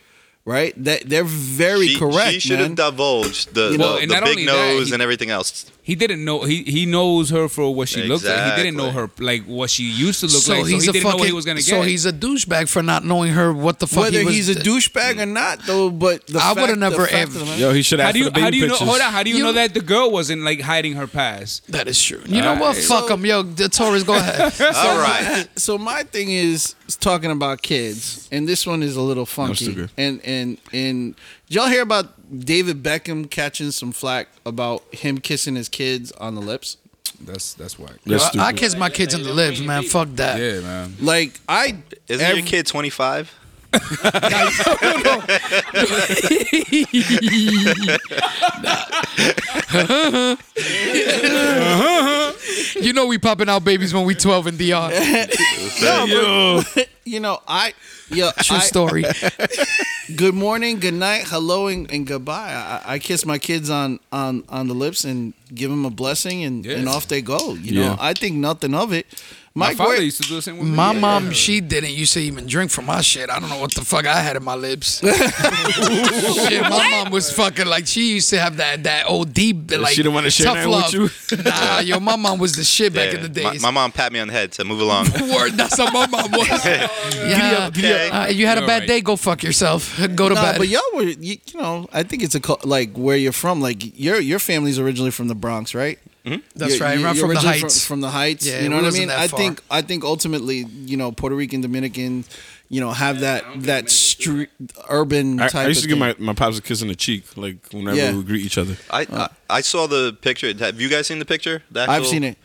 right? That they're very She- correct, She should have man. divulged the, You know- the, and the not big only that, nose he- and everything else. he didn't know he he knows her for what she looks like he didn't know her like what she used to look so like so he he's didn't a fucking. know what he was gonna get so he's a douchebag for not knowing her. What the fuck? Whether he was, he's a douchebag or not, though, but the I would've fact- the never fact of the ev- matter- Yo, he should how have do you the baby how do you know pictures. hold on how do you You- know that the girl wasn't like hiding her past That is true. You know what? Fuck him, yo. The Torres, go ahead. All right. so my thing is, is talking about kids, and this one is a little too funky. good. And and and did y'all hear about David Beckham catching some flack about him kissing his kids on the lips? that's (laughs) that's why That's Yo, I stupid. kiss my kids in the lips, man. Fuck that. yeah man Like I Isn't every- your kid 25? You know we popping out babies when we 12 (laughs) and beyond. Yo. you know I (laughs) yeah True I, (laughs) story. good morning, good night, hello, and, and goodbye. I, I kiss my kids on, on, on the lips and give them a blessing, and, Yeah. and off they go. You Yeah. know, I think nothing of it. my, My, father great- used to do the same with me. My Yeah. mom, she didn't used to even drink from my shit. I don't know what the fuck I had in my lips. shit, my mom was fucking like she used to have that that old deep like didn't wanna share tough nothing with love. nah, yo, my mom was the shit back in the Yeah. My- days. My, mom pat me on the head to move along. Word, (laughs) that's how my mom was. yeah, Okay. Uh, you had a You're bad right. day. Go fuck yourself. Go to Nah, bed. but y'all were, you, you know, I think it's a cul- like where you're from. Like your your family's originally from the Bronx, right? that's You're- right. you're I'm from the originally heights. From, the heights, Yeah, you know what we I wasn't mean. that I far. think I think ultimately, you know, Puerto Rican, Dominican, you know, have that that street urban I, type. I used to of give thing. my, my pops a kiss on the cheek, like whenever Yeah. we greet each other. I, I I saw the picture. Have you guys seen the picture? The I've actual- seen it.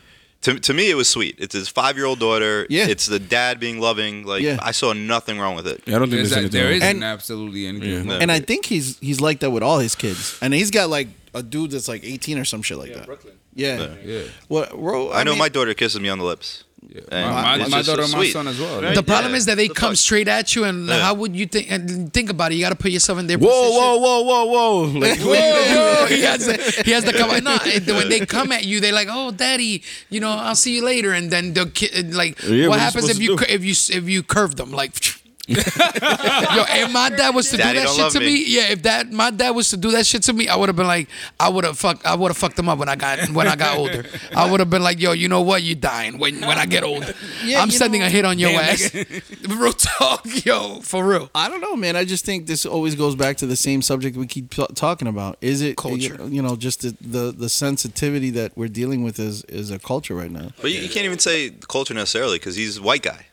To, to me, it was sweet. It's his five year old daughter. Yeah. It's the dad being loving. Like Yeah. I saw nothing wrong with it. Yeah, I don't think There's there's that, anything. there wrong. isn't And- absolutely anything. Yeah. wrong. And I think he's he's like that with all his kids. And he's got like a dude that's like 18 or some shit like that. Brooklyn. Yeah. Yeah. Well, bro, I, know mean, my daughter kisses me on the lips. Yeah. And My, my, it's my just daughter so and my sweet. son as well. Right? Like, The problem Yeah, is that they the come fuck? straight at you, and Yeah. how would you think? And think about it. You got to put yourself in their Whoa, position. whoa, whoa, whoa, whoa! (laughs) Like, what are you gonna do? he has he has the cover. No, it- when they come at you, they're like, "Oh, daddy, you know, I'll see you later." And then the kid, like, Yeah, what what you happens if supposed you to cur- if you s- if you curve them? Like, (laughs) yo, if my dad was to do Daddy that don't shit love to me, me. yeah, if that my dad was to do that shit to me, I would have been like, I would have fucked, I would have fucked them up when I got when I got older. I would have been like, yo, you know what? You dying when when I get older. Yeah, I'm you sending know- a hit on your Damn, ass. (laughs) real talk, yo, for real. I don't know, man. I just think this always goes back to the same subject we keep t- talking about. Is it Culture. You know, just the, the the sensitivity that we're dealing with is is a culture right now. But you, you can't even say culture necessarily because he's a white guy.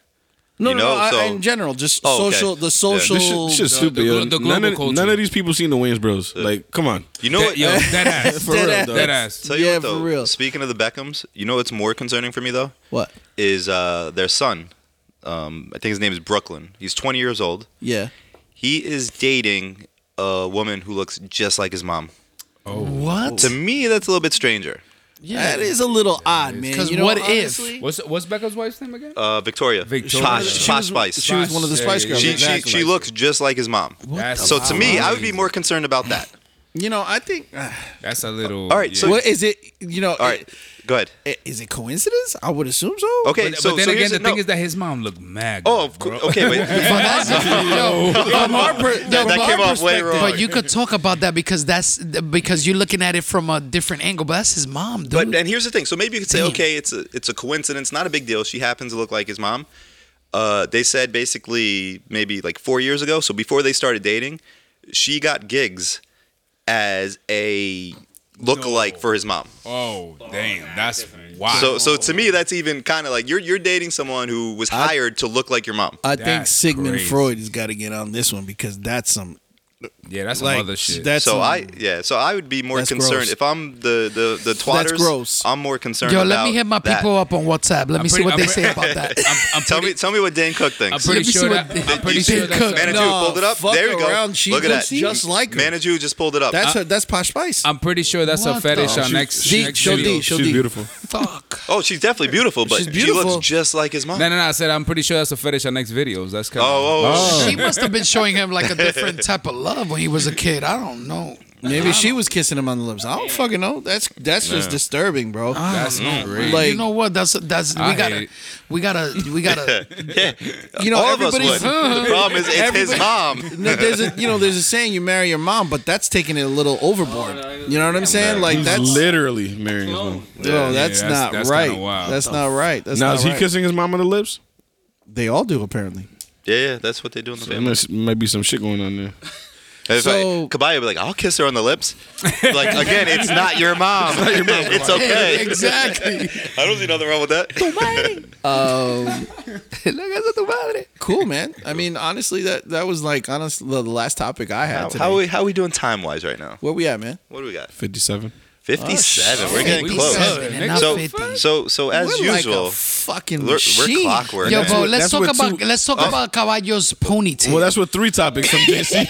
No, You no, know, no I- so- I- in general, just Oh, okay. social, Yeah. the social. This shit, this shit's stupid. the yo. glo- the none, global of, culture. none of these people seen the Wayans Bros. Like, come on. You know that- what? (laughs) Yo, that ass. For real, That though. ass. Tell you Yeah, what, though, for real. Speaking of the Beckhams, you know what's more concerning for me though What? is uh, their son. Um, I think his name is Brooklyn. He's 20 years old. Yeah. He is dating a woman who looks just like his mom. What? To me, that's a little bit stranger. Yeah. that is a little odd, man. Because You know, what honestly, if? What's what's Becca's wife's name again? Uh, Victoria. Victoria. Posh, She Posh was- Spice. she was one of the Yeah, Spice yeah, Girls. she, she, exactly. she looks just like his mom. That's So to me, I would be crazy. more concerned about that. You know, I think. That's a little. All right, so- What is it? You know, All right, go ahead. i- is it coincidence? I would assume so. Okay, but, so but then so again, here's the it- thing no. is that his mom looked mad. oh, of bro. course. Okay, wait. (laughs) But that's yo, from our per- yo, that from came our off way perspective- wrong. But you could talk about that because that's because you're looking at it from a different angle. But that's his mom, dude. But and here's the thing. So maybe you could say, Damn. okay, it's a it's a coincidence, not a big deal. She happens to look like his mom. Uh, they said basically maybe like four years ago. So before they started dating, she got gigs as a lookalike for his mom. Oh, damn. That's wild. So so to me, that's even kind of like you're you're dating someone who was hired to look like your mom. I think That's Sigmund crazy. Freud has got to get on this one because that's some yeah, that's like some other shit. that's so some- I yeah. So I would be more That's concerned gross. if I'm the the the twatters. gross. I'm more concerned. yo, about let me hit my that. people up on WhatsApp. Let me see pretty- what they I'm say pretty- about that. I'm, I'm (laughs) Tell me pretty, tell me what Dan Cook I'm (laughs) thinks. pretty Let me see sure what that. they- I'm (laughs) pretty You sure see- that's. Cook. Manitou No, pulled it up. fuck There you go. around. She Look at looks that. just like her. Manitou just pulled it up. That's her. That's Posh Spice. I'm pretty sure that's What the- a fetish Oh, on she- next. she- next she'll video. be- she'll She's be- beautiful. Fuck. Oh, she's definitely beautiful, but She's she beautiful. looks just like his mom. No, no, no. I said I'm pretty sure that's a fetish on next videos. That's kind of. Oh, oh, Uh, oh. She must have been showing him like a different type of love when he was a kid. I don't know. Maybe she was kissing him on the lips. I don't fucking know. That's that's just disturbing, bro. That's crazy. Like you know what? That's that's we I hate gotta, it. we gotta, we gotta. you know, oh, All of us (laughs) would. everybody's (laughs) the problem is, it's his mom. no, there's a you know there's a saying you marry your mom, but that's taking it a little overboard. You know what I'm saying? Like He's that's literally marrying his mom. no, that's Yeah, that's- not that's right. kinda wild. That's not right. That's Now not is he right. kissing his mom on the lips? They all do apparently. Yeah, yeah, that's what they do in the There family. must, might be some shit going on there. If I- So- Kabaya would be like, I'll kiss her on the lips. Like, again, it's not (laughs) your mom. (laughs) It's, okay. exactly. I don't see nothing wrong with that. Cool, man. I mean, honestly, that that was like honestly the the last topic I had How, today. how, are we, how are we doing time wise right now? Where we at, man? What do we got? 57. 57. We're getting close. 57 and not So, 50. so, so as We're like usual, a fucking we're, machine. we're clockwork. Yo, That's bro, what- let's that's talk what about two- let's talk about Caballo's ponytail. Well, that's what three topics from JC.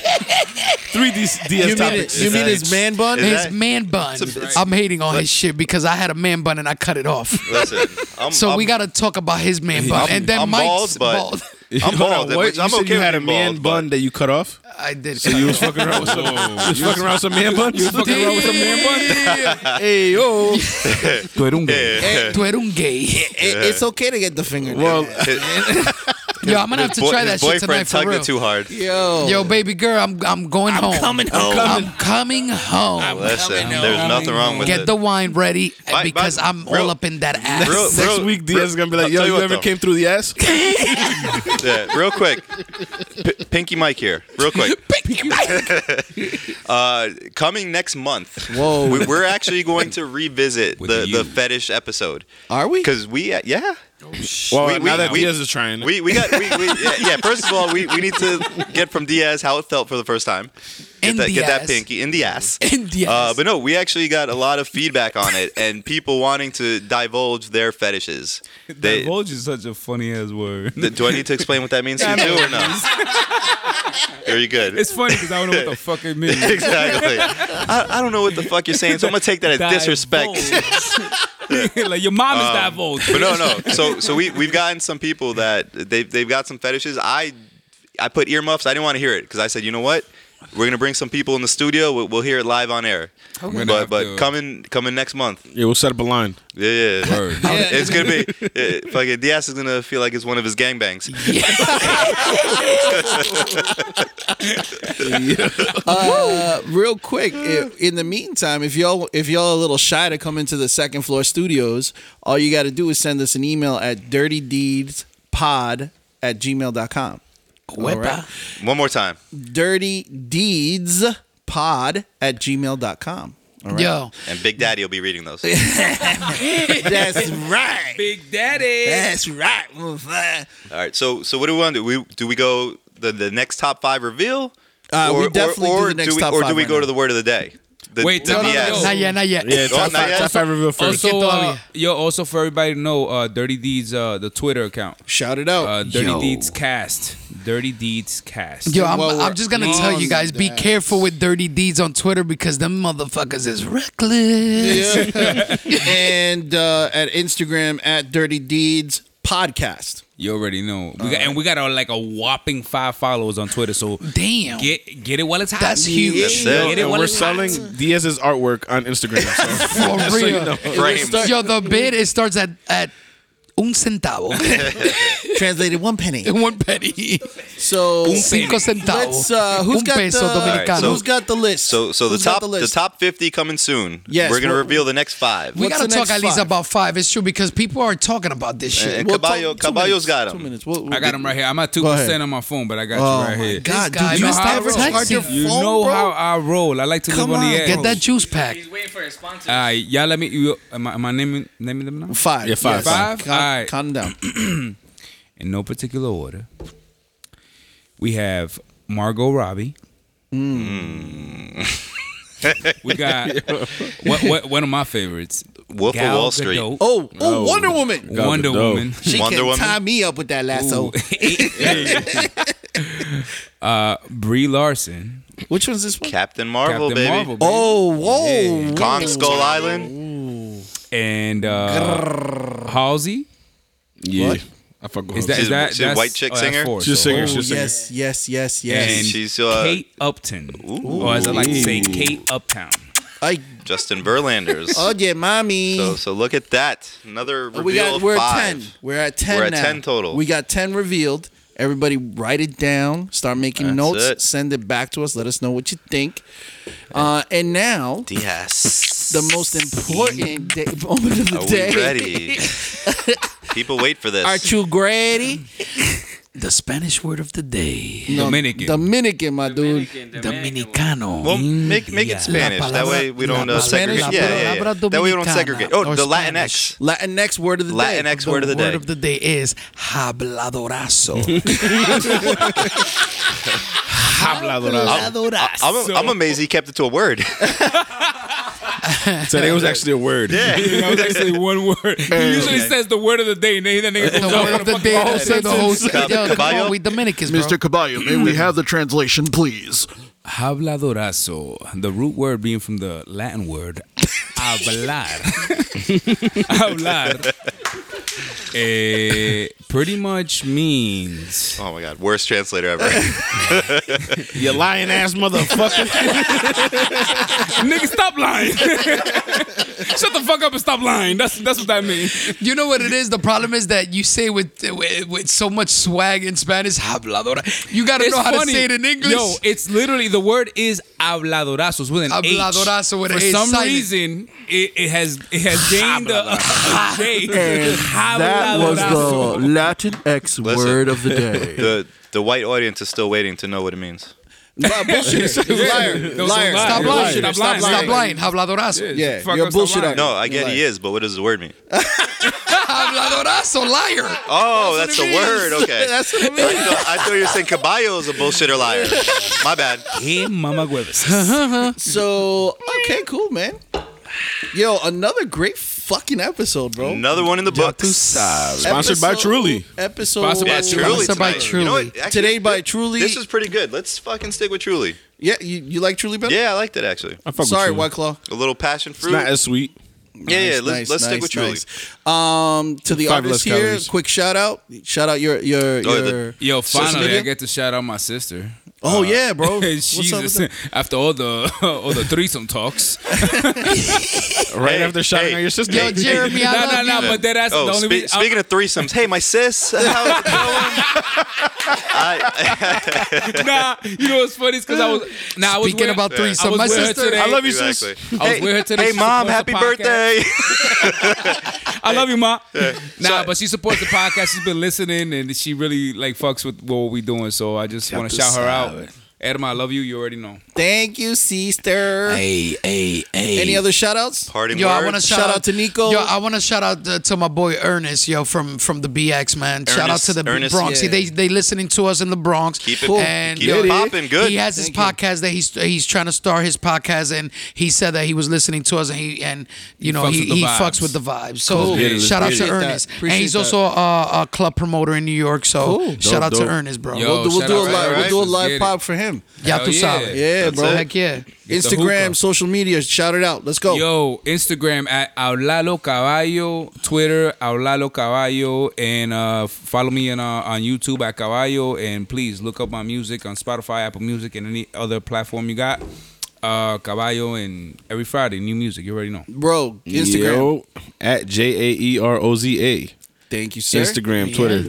three D- DS You mean, it, topics. you mean his Is man bun? is His- his man bun. It's a- it's- I'm hating on his shit because I had a man bun and I cut it off. Listen, (laughs) I'm, So I'm, we gotta talk about his man bun I'm- and then I'm Mike's bald, but- bald. I'm (laughs) Hold on, bald. what? which You I'm said okay you with had a being man bald, bun that you cut off. (laughs) I did. So you was fucking around with some, you was fucking around with some man bun. You was (laughs) fucking around with some man hey, yo. oh. um, Tu eres un (laughs) gay. It- it's okay to get the finger. Well, down. but his- Yo, (laughs) I'm gonna have his to boy- try that his shit tonight boyfriend for tugged real. it too hard. yo. Yo, baby girl, I'm I'm going home. Coming home. I'm coming home. Listen, there's nothing wrong with Get it. the wine ready By- because by- I'm real- all up in that ass. real- (laughs) next Bro, week, DS is gonna be like, I'll "Yo, tell you, you what, ever though. came through the ass?" (laughs) Yeah, real quick. P- Pinky Mike here. Real quick. uh, coming next month. Whoa. We, we're actually going to revisit With the, you. the fetish episode. Are we? Because we, yeah. Well, We- now we- that we- Diaz is trying, We, we got, we, we, yeah, yeah, first of all, we, we need to get from Diaz how it felt for the first time. Get In that, the get that ass. pinky in the ass. In the Uh, ass. but no, we actually got a lot of feedback on it, and people wanting to divulge their fetishes. They, Divulge is such a funny ass word. th- do I need to explain what that means to you too, or no? Very good. It's funny because I don't know what the fuck it (laughs) means. exactly. I, I don't know what the fuck you're saying, so I'm gonna take that as disrespect. (laughs) Divulge. (laughs) like your mom is divulged. But no, no. So so we we've gotten some people that they they've got some fetishes. I I put earmuffs. I didn't want to hear it because I said, you know what? We're gonna bring some people in the studio. We'll, we'll hear it live on air. gonna But have but to- coming coming next month. Yeah, we'll set up a line. Yeah, yeah. yeah. Word. (laughs) It's gonna be uh, fucking Diaz is gonna feel like it's one of his gangbangs. (laughs) Uh, real quick, i in the meantime, if y'all if y'all are a little shy to come into the second floor studios, all you got to do is send us an email at dirtydeedspod at gmail.com. All right? One more time. Dirtydeedspod at gmail.com. All right. Yo, And Big Daddy will be reading (laughs) those. That's right. Big Daddy. That's right. motherfucker. All right. So so what do we want to do? We do we go the the next top five reveal? Uh, we definitely do the next we, top or do five we right go to now. the word of the day? The, Wait, the no, no, no, DS. no. not yet, not yet. Yeah, not top five, yet. top five reveal first. Also, uh, todavía. yo, also for everybody to know, uh, Dirty Deeds, uh, the Twitter account, Shout it out. uh, Dirty Yo. Deeds Cast, Dirty Deeds Cast. Yo, I'm, Well, we're I'm just gonna tell you on guys: be that. careful with dirty deeds on Twitter because them motherfuckers is reckless. (laughs) and uh, at Instagram at Dirty Deeds Podcast. You already know. We got, and we got uh, like a whopping five followers on Twitter. So Damn, get get it while it's hot. that's huge That's it. Get it And while we're it's hot. selling Diaz's artwork on Instagram. (laughs) (laughs) so- for real. Frames. Yo, the bid it starts at at un (laughs) centavo, Translated one penny. (laughs) one penny, So cinco let's centavos, uh, who's un got peso the dominicano. All right, so- who's got the list? So so the Who's got top the, list? top fifty coming soon. Yes, We're gonna we're- reveal the next five. we What's gotta the talk next at least five? about five. It's true because people are talking about this shit. And Well, Caballo, two- two Caballo's minutes, got Two him. minutes. We'll- we'll I got get- him right here. I'm at two Go ahead. percent on my phone, but I got Oh you right my here. God, This guy- dude, you, You know how stop I roll. charging your You phone, know bro. how I roll. I like to Come live on, on, the edge. Get that juice pack. He's waiting for a sponsor. All right, y'all. Let me. You, am I, am I naming naming them now? Five. Yeah, five. Five? Calm, All right. calm down. in no particular order. We have Margot Robbie. Mm. (laughs) we got what, what, one of my favorites, Wolf of Gal Wall Street. Gadot, Oh, oh, Oh. Wonder Woman. Gal Wonder Gadot. Woman. She Wonder can Woman. tie me up with that lasso. uh, Brie Larson, Which one's this one? Captain Marvel, Captain baby. Marvel, (laughs) baby. Oh, whoa. Yeah. Kong Skull Island. and uh, Halsey. yeah, I fuck with Is that, her. is She's- that she's a that's- white chick oh, that's singer? four, She's a so- singer. Oh, She's a singer. yes, yes, yes, And yes. She's, uh, Kate Upton, or as I like to say, Kate Uptown. I, Justin Verlander's. oh, yeah, mommy. so so look at that. Another reveal Oh, we got of we're five. at 10 we're at 10 We're at now. 10 total. we got 10 revealed everybody write it down start making That's notes it. send it back to us let us know what you think uh, and now Yes. the most important day, moment of the Are day (laughs) we ready? People wait for this. are you ready The Spanish word of the day, No, Dominican. Dominican my dude dominicano. Mm. Well, make make it Spanish. La that palabra- way we don't la uh, palabra- segregate. Yeah, yeah, yeah. palabra That way we don't dominicana segregate. Oh, or the Spanish. Latinx. Latinx word of the day Latinx word of the word day. of the day is habladorazo. habladorazo. I'm, I'm amazed he kept it to a word. (laughs) Today was actually a word. (laughs) That was actually one word. He usually says the word of the day, and then that (laughs) nigga The goes, "Oh, word of the day that said the whole Stop it, Yo, come Caballo. on, we Dominicans, bro. Caballo may we have the translation please Habladorazo, the root word being from the Latin (laughs) word hablar. (laughs) hablar. eh, pretty much means oh my God, worst translator ever. (laughs) You lying ass motherfucker. nigga stop lying. (laughs) Shut the fuck up and stop lying. That's that's what that means. You know what it is? The problem is that you say with with, with so much swag in Spanish, habladora. You gotta It's know how to funny. say it in English. Yo, it's literally the word is habladorazo It's with an H. Habladorazo with For an H, some silent. reason, it, it has it has (laughs) gained a, a a day. that was Habladorazo. the Latinx Listen. word of the day (laughs) the the white audience is still waiting to know what it means. Li- (laughs) bullshit. liar. Those Liar. are lies. Stop lying. You're lying. Stop lying. Stop lying. Stop lying. Habladorazo. Yeah, Fuck you're up, stop bullshit. lying. up. No, I get he is, but what does the word mean? Habladorazo, liar. Oh, that's, what the it is. word. (laughs) Okay. That's what it means. No, I thought you were saying Caballo is a bullshitter liar. My bad. Hey, Mama Gueves. So okay, cool, man. Yo, another great fucking episode, bro. Another one in the books. Sponsored by Episode- Truly. Episode Sponsored by That's truly Sponsored by tonight. You know what? Truly. Actually, today by Truly. This is pretty good. Let's fucking stick with Truly. yeah. You, you like Truly better? Yeah, I liked it actually. I fuck Sorry, with you. White Claw. A little passion It's fruit. not as sweet. yeah, yeah. Nice, Let's, nice, let's stick nice, with Truly. nice. Um, to the Five artists less here, calories. quick shout out. Shout out your your Oh, your. the- Yo, social finally, I media. get to shout out my sister. Oh yeah, (laughs) (laughs) bro. What's up with Jesus, that? after all the (laughs) all the (laughs) threesome talks. Right Hey, after shouting hey, at your sister. Yo, Jeremy, I Nah, love nah, nah. you. But that ass. Oh, the only spe- reason- speaking of threesomes, hey, my (laughs) sis, how's it going? I, nah, you know what's funny? It's because I was nah, I was Speaking with- about threesome, I was my with her sister- today. I love you, exactly. sis. I was hey, with her today. hey, She mom, supports the happy podcast. birthday. I love you, ma. Nah, So- but she supports the podcast. She's been listening, and she really like fucks with what we doing. So I just want to shout her out. Edma, I love you. You already know. Thank you, sister. Hey, hey, hey. Any other shout outs? Party Yo, I want to words. sh- shout, Shout out to Nico. Yo, I want to shout out uh, to my boy Ernest. Yo, from from the BX man. shout out Ernest- to the Ernest, Bronx. See, yeah. they they listening to us in the Bronx. Keep it- Cool. keep it popping. Good. He has his podcast that he's he's trying to start his podcast, and he said that he was listening to us, and he and you know fucks he with the he vibes. fucks with the vibes. So Get it, let's shout out get to it. Appreciate Ernest, that. and he's Appreciate also a, a club promoter in New York. So Cool. shout Dope, out dope. to Ernest, bro. Yo, we'll do, we'll shout do out a to live, we'll Ernest. do a Let's live get it. pop for him. Ya Hell tu yeah. sabes. Yeah, That's bro. it. Heck yeah. Get the hookah. Instagram, social media, shout it out. Let's go. Oh. Yo, Instagram at Aulalo Caballo, Twitter Aulalo Caballo, and uh, follow me on uh, on YouTube at Caballo. And please look up my music on Spotify, Apple Music, and any other platform you got. Uh, Caballo, and every Friday, new music. You already know. Bro, Instagram. Yo, at J A E R O Z A. Thank you, sir. Instagram, Twitter.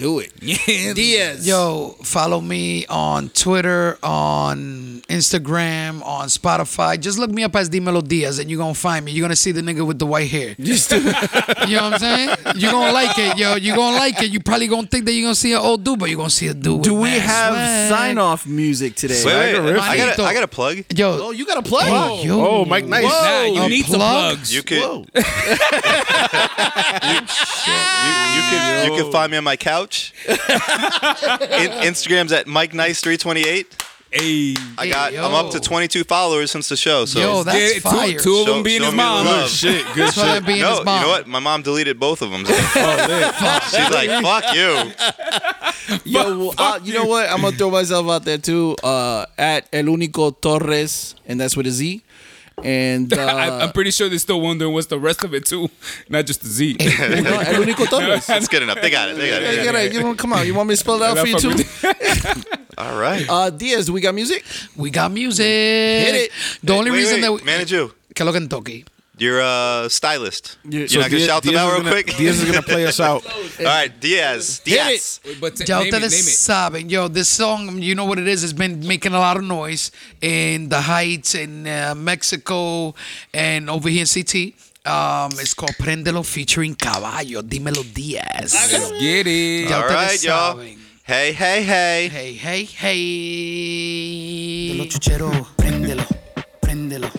Do it. Diaz. Yo, follow me on Twitter, on Instagram, on Spotify. Just look me up as Dimelo Diaz and you're going to find me. You're going to see the nigga with the white hair. (laughs) You Just do it. know what I'm saying? You're going to like it, yo. You're going to like it. You probably going to think that you're going to see an old dude, but you're going to see a dude. Do with we mad have swag. sign off music today? wait, wait, Swagger I got Riffle. I got a plug. Yo. Oh, you got to play. hey, yo. Oh, Mike Nice. Nah, you a need some plug? plugs. (laughs) You could Whoa. You can you can find me on (laughs) my couch. In, Instagram's at Mike Nice three twenty eight. Hey, I Hey, got I'm yo. up to twenty two followers since the show. So Yo, that's Yeah, fire. two, two of Show- them being show his me the mom. love. Shit, good That's why shit. I'm being no, his mom. you know what? My mom deleted both of them. Oh, She's like, "Fuck (laughs) you." Yo, well, uh, you know what? I'm gonna throw myself out there too. Uh, at El Unico Torres, and that's with a Z. And uh, (laughs) I, I'm pretty sure they're still wondering what's the rest of it too, not just the Z. no, uh, (laughs) El Unico Torres. That's good enough. They got it. They got Hey, it. you gotta- you don't come out. You want me to spell it out for you too? All right. Uh, Diaz, do we got music? We got music. it. The only Wait, reason wait, that we. manage you. Que lo Kentucky. You're a stylist. You're So not gonna Diaz- shout them Diaz out is real gonna- quick. Diaz is gonna play us (laughs) out. All right, Diaz. Diaz. But t- Ya name it, name ustedes it. saben, yo, this song, you know what it is, it's been making a lot of noise in the Heights, in uh, Mexico, and over here in CT. Um, it's called Prendelo featuring Caballo, Dímelo Diaz. Let's get it. Ya All ustedes right, y'all. saben. Hey, hey, hey. Hey, hey, hey. Prendelo chuchero, préndelo, préndelo,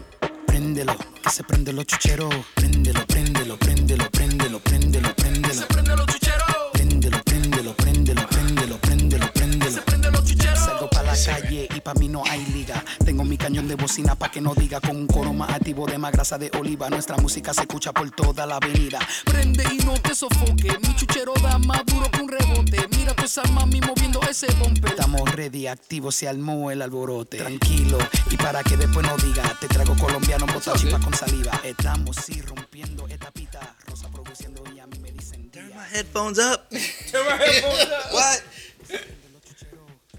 préndelo, que se prende lo chuchero, préndelo, préndelo, préndelo, préndelo, préndelo, préndelo. Se prende lo chuchero. Préndelo, préndelo, préndelo, préndelo, préndelo, préndelo. Se prende lo chuchero. Salgo pa la calle y pa mí no hay liga. Tengo mi cañón de bocina pa que no diga con un coro más activo de más grasa de oliva. Nuestra música se escucha por toda la avenida. Prende y no te sofoque, mi chuchero da más duro que un rebote. Mira tu esa mami moviendo ese bombe. Estamos ready, activo, se armó el alborote. Tranquilo, y para que después no diga, te traigo colombiano, bota chipa con saliva. Estamos sí rompiendo esta pita, rosa produciendo y a mí me dicen. día. Turn my headphones up. Turn my headphones up. What?